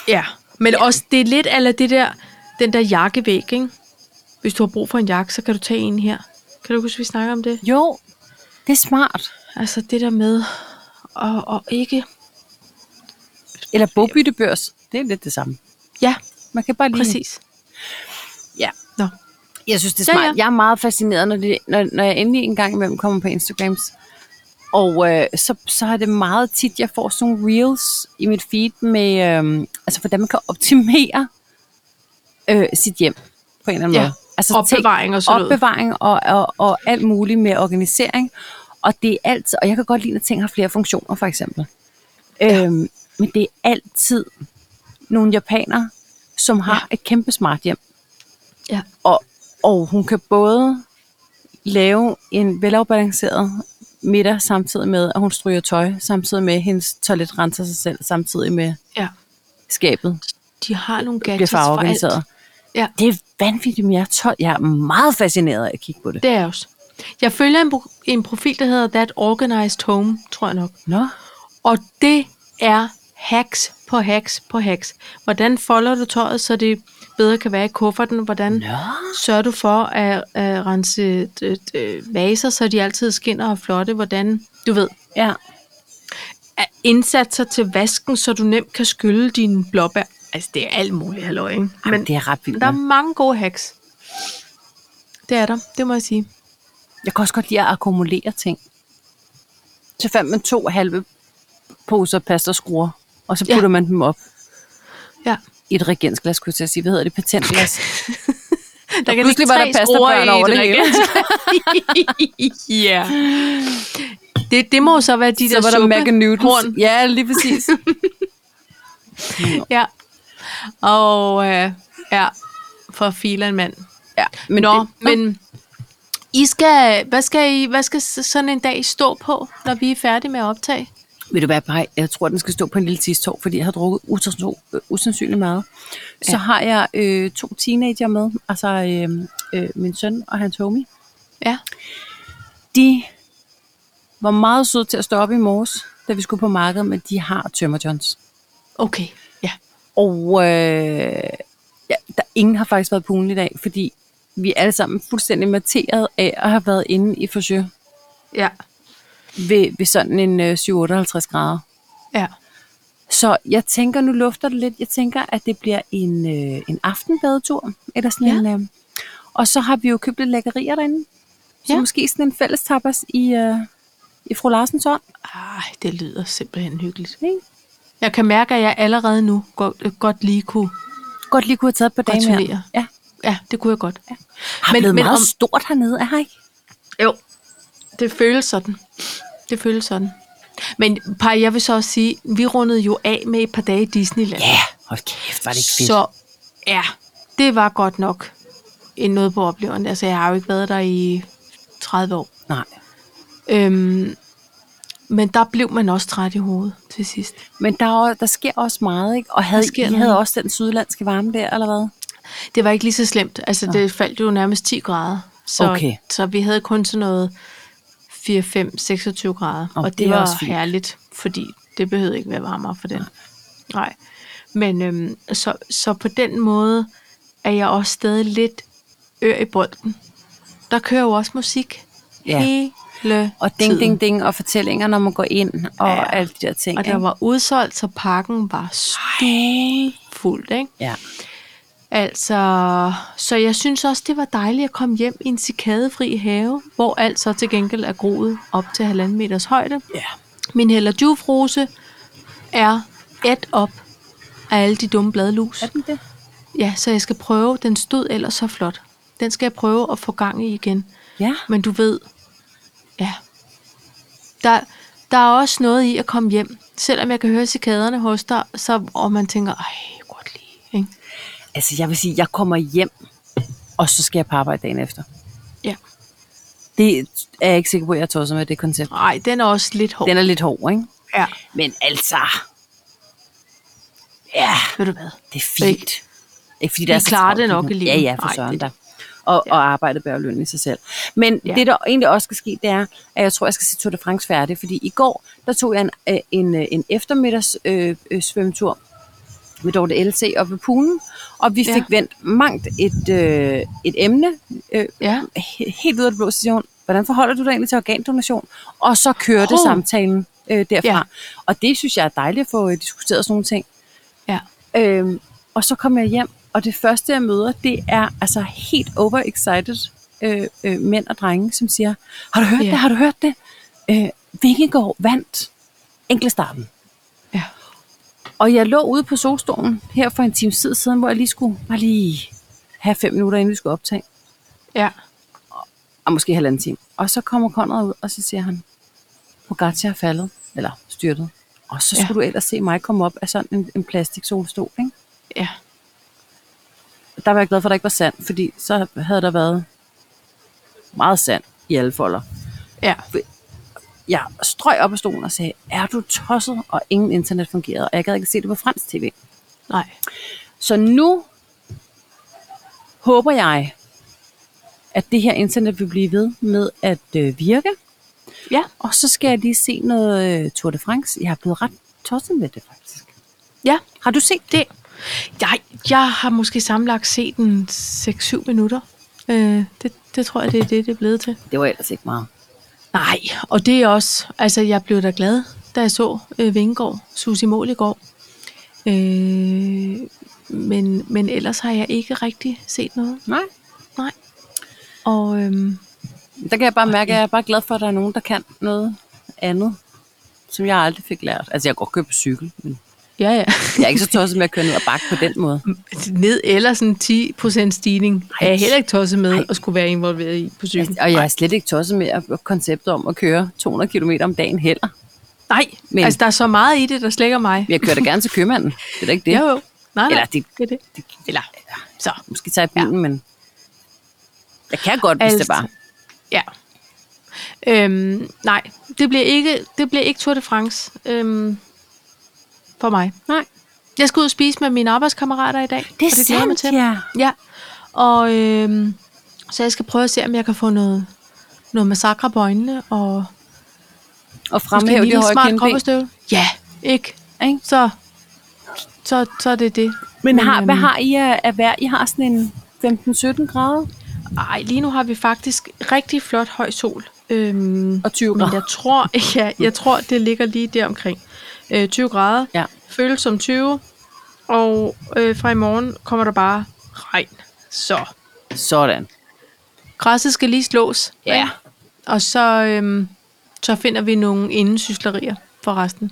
Speaker 1: Ja, men ja. også det er lidt eller det der, den der jakkevæg, ikke? Hvis du har brug for en jakke, så kan du tage en her. Kan du huske, vi snakker om det?
Speaker 2: Jo, det er smart.
Speaker 1: Altså det der med og, og ikke...
Speaker 2: Eller bogbyttebørs. Det er lidt det samme.
Speaker 1: Ja,
Speaker 2: Man kan bare lige...
Speaker 1: præcis.
Speaker 2: Ja.
Speaker 1: Nå.
Speaker 2: Jeg synes, det er
Speaker 1: Ja,
Speaker 2: smart. Ja,
Speaker 1: ja.
Speaker 2: Jeg er meget fascineret, når, det, når, når jeg endelig engang imellem kommer på Instagrams. Og øh, så, så er det meget tit, jeg får sådan nogle reels i mit feed med, øh, altså hvordan man kan optimere øh, sit hjem på en eller anden
Speaker 1: Ja.
Speaker 2: måde. Altså,
Speaker 1: Opbevaring og sådan noget.
Speaker 2: Opbevaring og, og, og alt muligt med organisering. Og det er altid, og jeg kan godt lide, at ting har flere funktioner, for eksempel. Ja. Øhm, men det er altid nogle japanere, som har ja. et kæmpe smart hjem.
Speaker 1: Ja.
Speaker 2: Og, og hun kan både lave en velafbalanceret middag samtidig med, at hun stryger tøj, samtidig med, at hendes toilet renser sig selv, samtidig med
Speaker 1: ja.
Speaker 2: skabet
Speaker 1: De har nogle
Speaker 2: bliver
Speaker 1: gadgets for alt.
Speaker 2: farveorganiseret.
Speaker 1: Ja.
Speaker 2: Det er vanvittigt, men jeg er, tol- jeg er meget fascineret af at kigge på det.
Speaker 1: Det er jeg også. Jeg følger en, pro- en profil, der hedder That Organized Home, tror jeg nok.
Speaker 2: Nå,
Speaker 1: Og det er hacks på hacks på hacks. Hvordan folder du tøjet, så det bedre kan være i kufferten? Hvordan
Speaker 2: Nå.
Speaker 1: sørger du for at, at rense øh, øh, vaser, så de altid skinner og flotte? Hvordan, du ved,
Speaker 2: ja.
Speaker 1: at indsatser til vasken, så du nemt kan skylle dine blåbær. Altså, det er alt muligt, halløj, ikke?
Speaker 2: Men
Speaker 1: Men
Speaker 2: det er ret vildt.
Speaker 1: der er
Speaker 2: ja.
Speaker 1: mange gode hacks. Det er der, det må jeg sige.
Speaker 2: Jeg kan også godt lide at akkumulere ting. Så fandt man to halve poser pasta skruer, og så
Speaker 1: Ja.
Speaker 2: putter ja. man dem op
Speaker 1: Ja.
Speaker 2: i et regensglas, kunne jeg til at sige. Hvad hedder det? Patentglas.
Speaker 1: Der kan
Speaker 2: pludselig
Speaker 1: ligge
Speaker 2: var der
Speaker 1: tre
Speaker 2: pastabørn
Speaker 1: skruer i
Speaker 2: over
Speaker 1: et
Speaker 2: det hele.
Speaker 1: regent. ja. Det, det må jo så være de
Speaker 2: så
Speaker 1: der
Speaker 2: var der
Speaker 1: suppe-
Speaker 2: Mac Noodles.
Speaker 1: horn.
Speaker 2: Ja, lige præcis.
Speaker 1: Ja. Og øh, ja, for filan mand.
Speaker 2: ja,
Speaker 1: Men Nå, det,
Speaker 2: men
Speaker 1: men I skal, hvad, skal I, hvad skal s- sådan en dag stå på, når vi er færdige med at optage?
Speaker 2: ved du hvad, Paj, jeg tror, den skal stå på en lille tistår, fordi jeg har drukket usandsynligt, øh, usandsynligt meget. Ja. Så har jeg øh, to teenager med, altså øh, øh, min søn og hans homie.
Speaker 1: Ja.
Speaker 2: De var meget søde til at stå op i morges, da vi skulle på markedet, men de har tømmerjohns.
Speaker 1: Okay. Ja.
Speaker 2: Og øh, ja, der ingen har faktisk været på ugen i dag, fordi vi er alle sammen fuldstændig materet af at have været inde i forsøg
Speaker 1: Ja.
Speaker 2: ved, ved sådan en øh, 758 grader.
Speaker 1: Ja.
Speaker 2: Så jeg tænker, nu lufter det lidt, jeg tænker, at det bliver en, øh, en aftenbadetur, eller sådan ja.
Speaker 1: Ja.
Speaker 2: en, øh. Og så har vi jo købt lidt lækkerier derinde, Så
Speaker 1: Ja.
Speaker 2: ja. måske sådan en fælles tapas i, øh, i fru Larsens hånd.
Speaker 1: Ej, det lyder simpelthen hyggeligt.
Speaker 2: Ikke?
Speaker 1: Jeg kan mærke, at jeg allerede nu godt, øh, godt lige kunne...
Speaker 2: Godt lige kunne have taget på dame her.
Speaker 1: Gratulere.
Speaker 2: Ja.
Speaker 1: Ja, det kunne jeg godt.
Speaker 2: Har
Speaker 1: Men-
Speaker 2: men,
Speaker 1: men
Speaker 2: blevet men meget
Speaker 1: om-
Speaker 2: om... stort hernede, er her ikke?
Speaker 1: Jo, det føles sådan. Det føles sådan. Men par, jeg vil så også sige, vi rundede jo af med et par dage i Disneyland.
Speaker 2: Ja, hold kæft, var det ikke fedt. Så...
Speaker 1: så ja, det var godt nok en noget på opleveren. Altså, jeg har jo ikke været der i 30 år.
Speaker 2: Nej.
Speaker 1: Øhm, men der blev man også træt i hovedet til sidst.
Speaker 2: Men der, er, jo- der sker også meget, ikke? Og havde,
Speaker 1: Der sker
Speaker 2: I havde
Speaker 1: noget.
Speaker 2: også den sydlandske varme der, eller hvad?
Speaker 1: Det var ikke lige så slemt. Altså, det faldt jo nærmest 10 grader. Så,
Speaker 2: Okay.
Speaker 1: så vi havde kun sådan noget 4, 5, 26 grader.
Speaker 2: Nå,
Speaker 1: og
Speaker 2: det
Speaker 1: det, det
Speaker 2: er
Speaker 1: var
Speaker 2: også fint.
Speaker 1: herligt, fordi det behøvede ikke være varmere for den. Nej. Men øhm, så, så på den måde er jeg også stadig lidt ør i bolden. Der kører jo også musik
Speaker 2: Ja.
Speaker 1: hele
Speaker 2: Og ding,
Speaker 1: tiden.
Speaker 2: ding, ding, og fortællinger, når man går ind, og
Speaker 1: Ja.
Speaker 2: ja. alle de der ting.
Speaker 1: Og der
Speaker 2: ikke?
Speaker 1: var udsolgt, så pakken var fuldt, ikke?
Speaker 2: Ja.
Speaker 1: Altså, så jeg synes også, det var dejligt at komme hjem i en cikadefri have, hvor alt så til gengæld er groet op til halvanden meters højde.
Speaker 2: ja.
Speaker 1: Min heller djufrose er et op af alle de dumme bladlus.
Speaker 2: Er den det?
Speaker 1: Ja, så jeg skal prøve. Den stod ellers så flot. Den skal jeg prøve at få gang i igen.
Speaker 2: Ja.
Speaker 1: Men du ved, ja, der, der er også noget i at komme hjem. Selvom jeg kan høre cikaderne hos dig, så, og man tænker, ej, godt lige, ikke?
Speaker 2: Altså, jeg vil sige, jeg kommer hjem, og så skal jeg på arbejde dagen efter.
Speaker 1: Ja.
Speaker 2: Det er jeg ikke sikker på, at jeg tosser med det koncept.
Speaker 1: Nej, den er også lidt hård.
Speaker 2: Den er lidt hård, ikke?
Speaker 1: Ja.
Speaker 2: Men altså... Ja,
Speaker 1: Ved du hvad?
Speaker 2: det er fint.
Speaker 1: Ikke?
Speaker 2: Ikke, fordi der
Speaker 1: Vi
Speaker 2: er så
Speaker 1: klarer
Speaker 2: travlt
Speaker 1: det nok
Speaker 2: nu.
Speaker 1: alligevel.
Speaker 2: Ja, ja, for
Speaker 1: Nej,
Speaker 2: søren
Speaker 1: det-
Speaker 2: der. Og, og arbejdet bærer løn i sig selv. Men
Speaker 1: Ja.
Speaker 2: ja. det, der egentlig også skal ske, det er, at jeg tror, jeg skal se Tour de France færdig. Fordi i går, der tog jeg en, øh, en, øh, en eftermiddags øh, øh, svømmetur med Dorte LC op ved poolen. Og vi
Speaker 1: Ja.
Speaker 2: fik vendt mangt et, øh, et emne. Øh,
Speaker 1: Ja.
Speaker 2: he- helt ud af det blå station. Hvordan forholder du dig egentlig til organdonation? Og så kørte
Speaker 1: Hov.
Speaker 2: oh. samtalen øh, derfra.
Speaker 1: Ja.
Speaker 2: Ja. Og det synes jeg er dejligt at få øh, diskuteret sådan nogle ting.
Speaker 1: Ja.
Speaker 2: Øhm, og så kommer jeg hjem, og det første jeg møder, det er altså helt overexcited øh, øh, mænd og drenge, som siger, har du hørt
Speaker 1: Ja.
Speaker 2: yeah. det, har du hørt det? Øh, Vingegaard vandt enkeltstarten.
Speaker 1: Ja.
Speaker 2: Og jeg lå ude på solstolen her for en times tid siden, hvor jeg lige skulle bare lige have fem minutter, inden vi skulle optage.
Speaker 1: Ja.
Speaker 2: og måske halvanden time. Og så kommer Conrad ud, og så siger han, Pogacar er faldet, eller styrtet. Og så
Speaker 1: Ja.
Speaker 2: skulle du ellers se mig komme op af sådan en, en plastik solstol, ikke?
Speaker 1: Ja.
Speaker 2: Der var jeg glad for, at der ikke var sand, fordi så havde der været meget sand i alle folder.
Speaker 1: Ja.
Speaker 2: Jeg strøg op af stolen og sagde, er du tosset, og ingen internet fungerede, og jeg gad ikke se det på fransk tv.
Speaker 1: Nej.
Speaker 2: Så nu håber jeg, at det her internet vil blive ved med at øh, virke,
Speaker 1: Ja.
Speaker 2: Og så skal jeg lige se noget øh, Tour de France. Jeg er blevet ret tosset med det, faktisk.
Speaker 1: Ja.
Speaker 2: Har du set det?
Speaker 1: Det. Jeg, jeg har måske sammenlagt set en 6-7 minutter. Øh, det, det tror jeg, det er det, det er blevet til.
Speaker 2: Det var ellers ikke meget.
Speaker 1: Nej, og det er også... Altså, jeg blev da glad, da jeg så øh, Vingegaard, Susi Mål i går. Øh, men, men ellers har jeg ikke rigtig set noget.
Speaker 2: Nej.
Speaker 1: Nej. Og øhm,
Speaker 2: Der kan jeg bare mærke, at jeg er bare glad for, at der er nogen, der kan noget andet, som jeg aldrig fik lært. Altså, jeg kan godt køre på cykel, men
Speaker 1: ja, ja.
Speaker 2: jeg er ikke så tosset med at køre ned og bakke på den måde.
Speaker 1: Ned eller sådan 10% stigning er jeg heller ikke tosset med at skulle være involveret i på cyklen.
Speaker 2: Og Altså, jeg er slet ikke tosset med at- konceptet om at køre 200 km om dagen heller.
Speaker 1: Nej, men...
Speaker 2: Men-
Speaker 1: altså der er så meget i det, der slækker mig.
Speaker 2: Men jeg kører da gerne til købmanden. Det er da ikke det.
Speaker 1: Jo, jo. Nej, nej.
Speaker 2: Eller det-
Speaker 1: er det.
Speaker 2: det
Speaker 1: Eller, så.
Speaker 2: måske tager jeg bilen, ja. men jeg kan godt, hvis altså, det
Speaker 1: Altså,
Speaker 2: bare.
Speaker 1: Ja. Øhm, nej, det bliver, ikke, det bliver ikke Tour de France øhm, for mig.
Speaker 2: Nej.
Speaker 1: Jeg skal ud og spise med mine arbejdskammerater i dag.
Speaker 2: Det
Speaker 1: og
Speaker 2: er
Speaker 1: glæder jeg mig
Speaker 2: sandt, ja.
Speaker 1: Ja, og øhm, så jeg skal prøve at se, om jeg kan få noget, noget massakre på øjnene, og
Speaker 2: Og
Speaker 1: Måske en
Speaker 2: fremhæve det
Speaker 1: lille
Speaker 2: høje
Speaker 1: smart
Speaker 2: kindben.
Speaker 1: kopperstøvle. Ja, ikke?
Speaker 2: Ikke?
Speaker 1: Så, så, så er det det.
Speaker 2: Men har, hvad
Speaker 1: øhm,
Speaker 2: har I af, af vejr? I har sådan en 15-17 grader
Speaker 1: Ej, lige nu har vi faktisk rigtig flot høj sol. Øhm,
Speaker 2: og 20
Speaker 1: men
Speaker 2: grader.
Speaker 1: jeg tror, ja, jeg tror, det ligger lige der omkring øh, 20 grader.
Speaker 2: Ja.
Speaker 1: Føles som 20. Og øh, fra i morgen kommer der bare regn. Så
Speaker 2: Sådan.
Speaker 1: Græsset skal lige slås.
Speaker 2: Ja.
Speaker 1: Og så, øhm, så finder vi nogle indensyslerier for resten.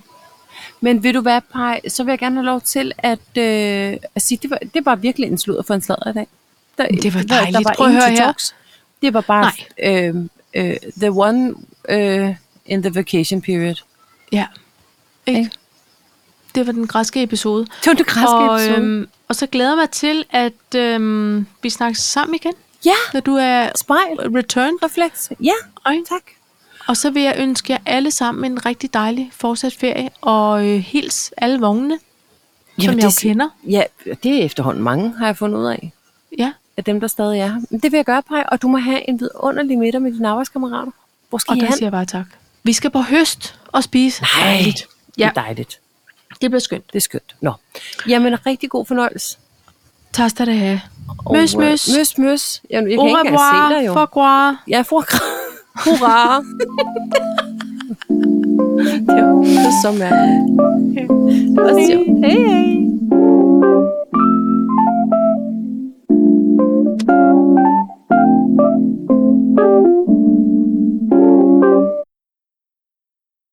Speaker 2: Men vil du være pej, så vil jeg gerne have lov til at, øh, at sige, det var, det var virkelig en sludder for en sladder i dag. Der,
Speaker 1: Det var
Speaker 2: der- Der
Speaker 1: dejligt.
Speaker 2: var
Speaker 1: Prøv at
Speaker 2: ingen
Speaker 1: høre
Speaker 2: til
Speaker 1: her.
Speaker 2: talks. Det var bare øh, øh, the one øh, in the vacation period.
Speaker 1: Ja. Ikke?
Speaker 2: Ikke?
Speaker 1: Det var den græske episode.
Speaker 2: Det var det græske
Speaker 1: og,
Speaker 2: episode.
Speaker 1: Øhm, og så glæder jeg mig til, at øhm, vi snakkes sammen igen,
Speaker 2: ja,
Speaker 1: når du er
Speaker 2: spejl,
Speaker 1: returned.
Speaker 2: refleks. Ja,
Speaker 1: Ikke?
Speaker 2: tak.
Speaker 1: Og så vil jeg ønske jer alle sammen en rigtig dejlig fortsat ferie, og øh, hils alle vognene, Jamen, som jeg
Speaker 2: det-
Speaker 1: jo kender.
Speaker 2: Ja, det er efterhånden mange, har jeg fundet ud af.
Speaker 1: Ja.
Speaker 2: Af dem, der stadig er her. Men det vil jeg gøre, Pej, og du må have en vidunderlig middag med dine arbejdskammerater. Hvor skal
Speaker 1: Og
Speaker 2: I
Speaker 1: der
Speaker 2: hen?
Speaker 1: siger jeg bare tak. Vi skal på høst og spise. Dejligt.
Speaker 2: Ja.
Speaker 1: Ja,
Speaker 2: Det er dejligt.
Speaker 1: det bliver skønt.
Speaker 2: Det er skønt. Nå. Jamen, rigtig god fornøjelse.
Speaker 1: Tak skal du have.
Speaker 2: Og,
Speaker 1: Møs,
Speaker 2: øh,
Speaker 1: møs.
Speaker 2: Møs, møs. Jamen, jeg
Speaker 1: Au
Speaker 2: kan ikke engang se
Speaker 1: revoir.
Speaker 2: dig, jo.
Speaker 1: Au revoir.
Speaker 2: Ja, for Hurra. det var så mærkeligt.
Speaker 1: Okay.
Speaker 2: Og så- Hej, hej.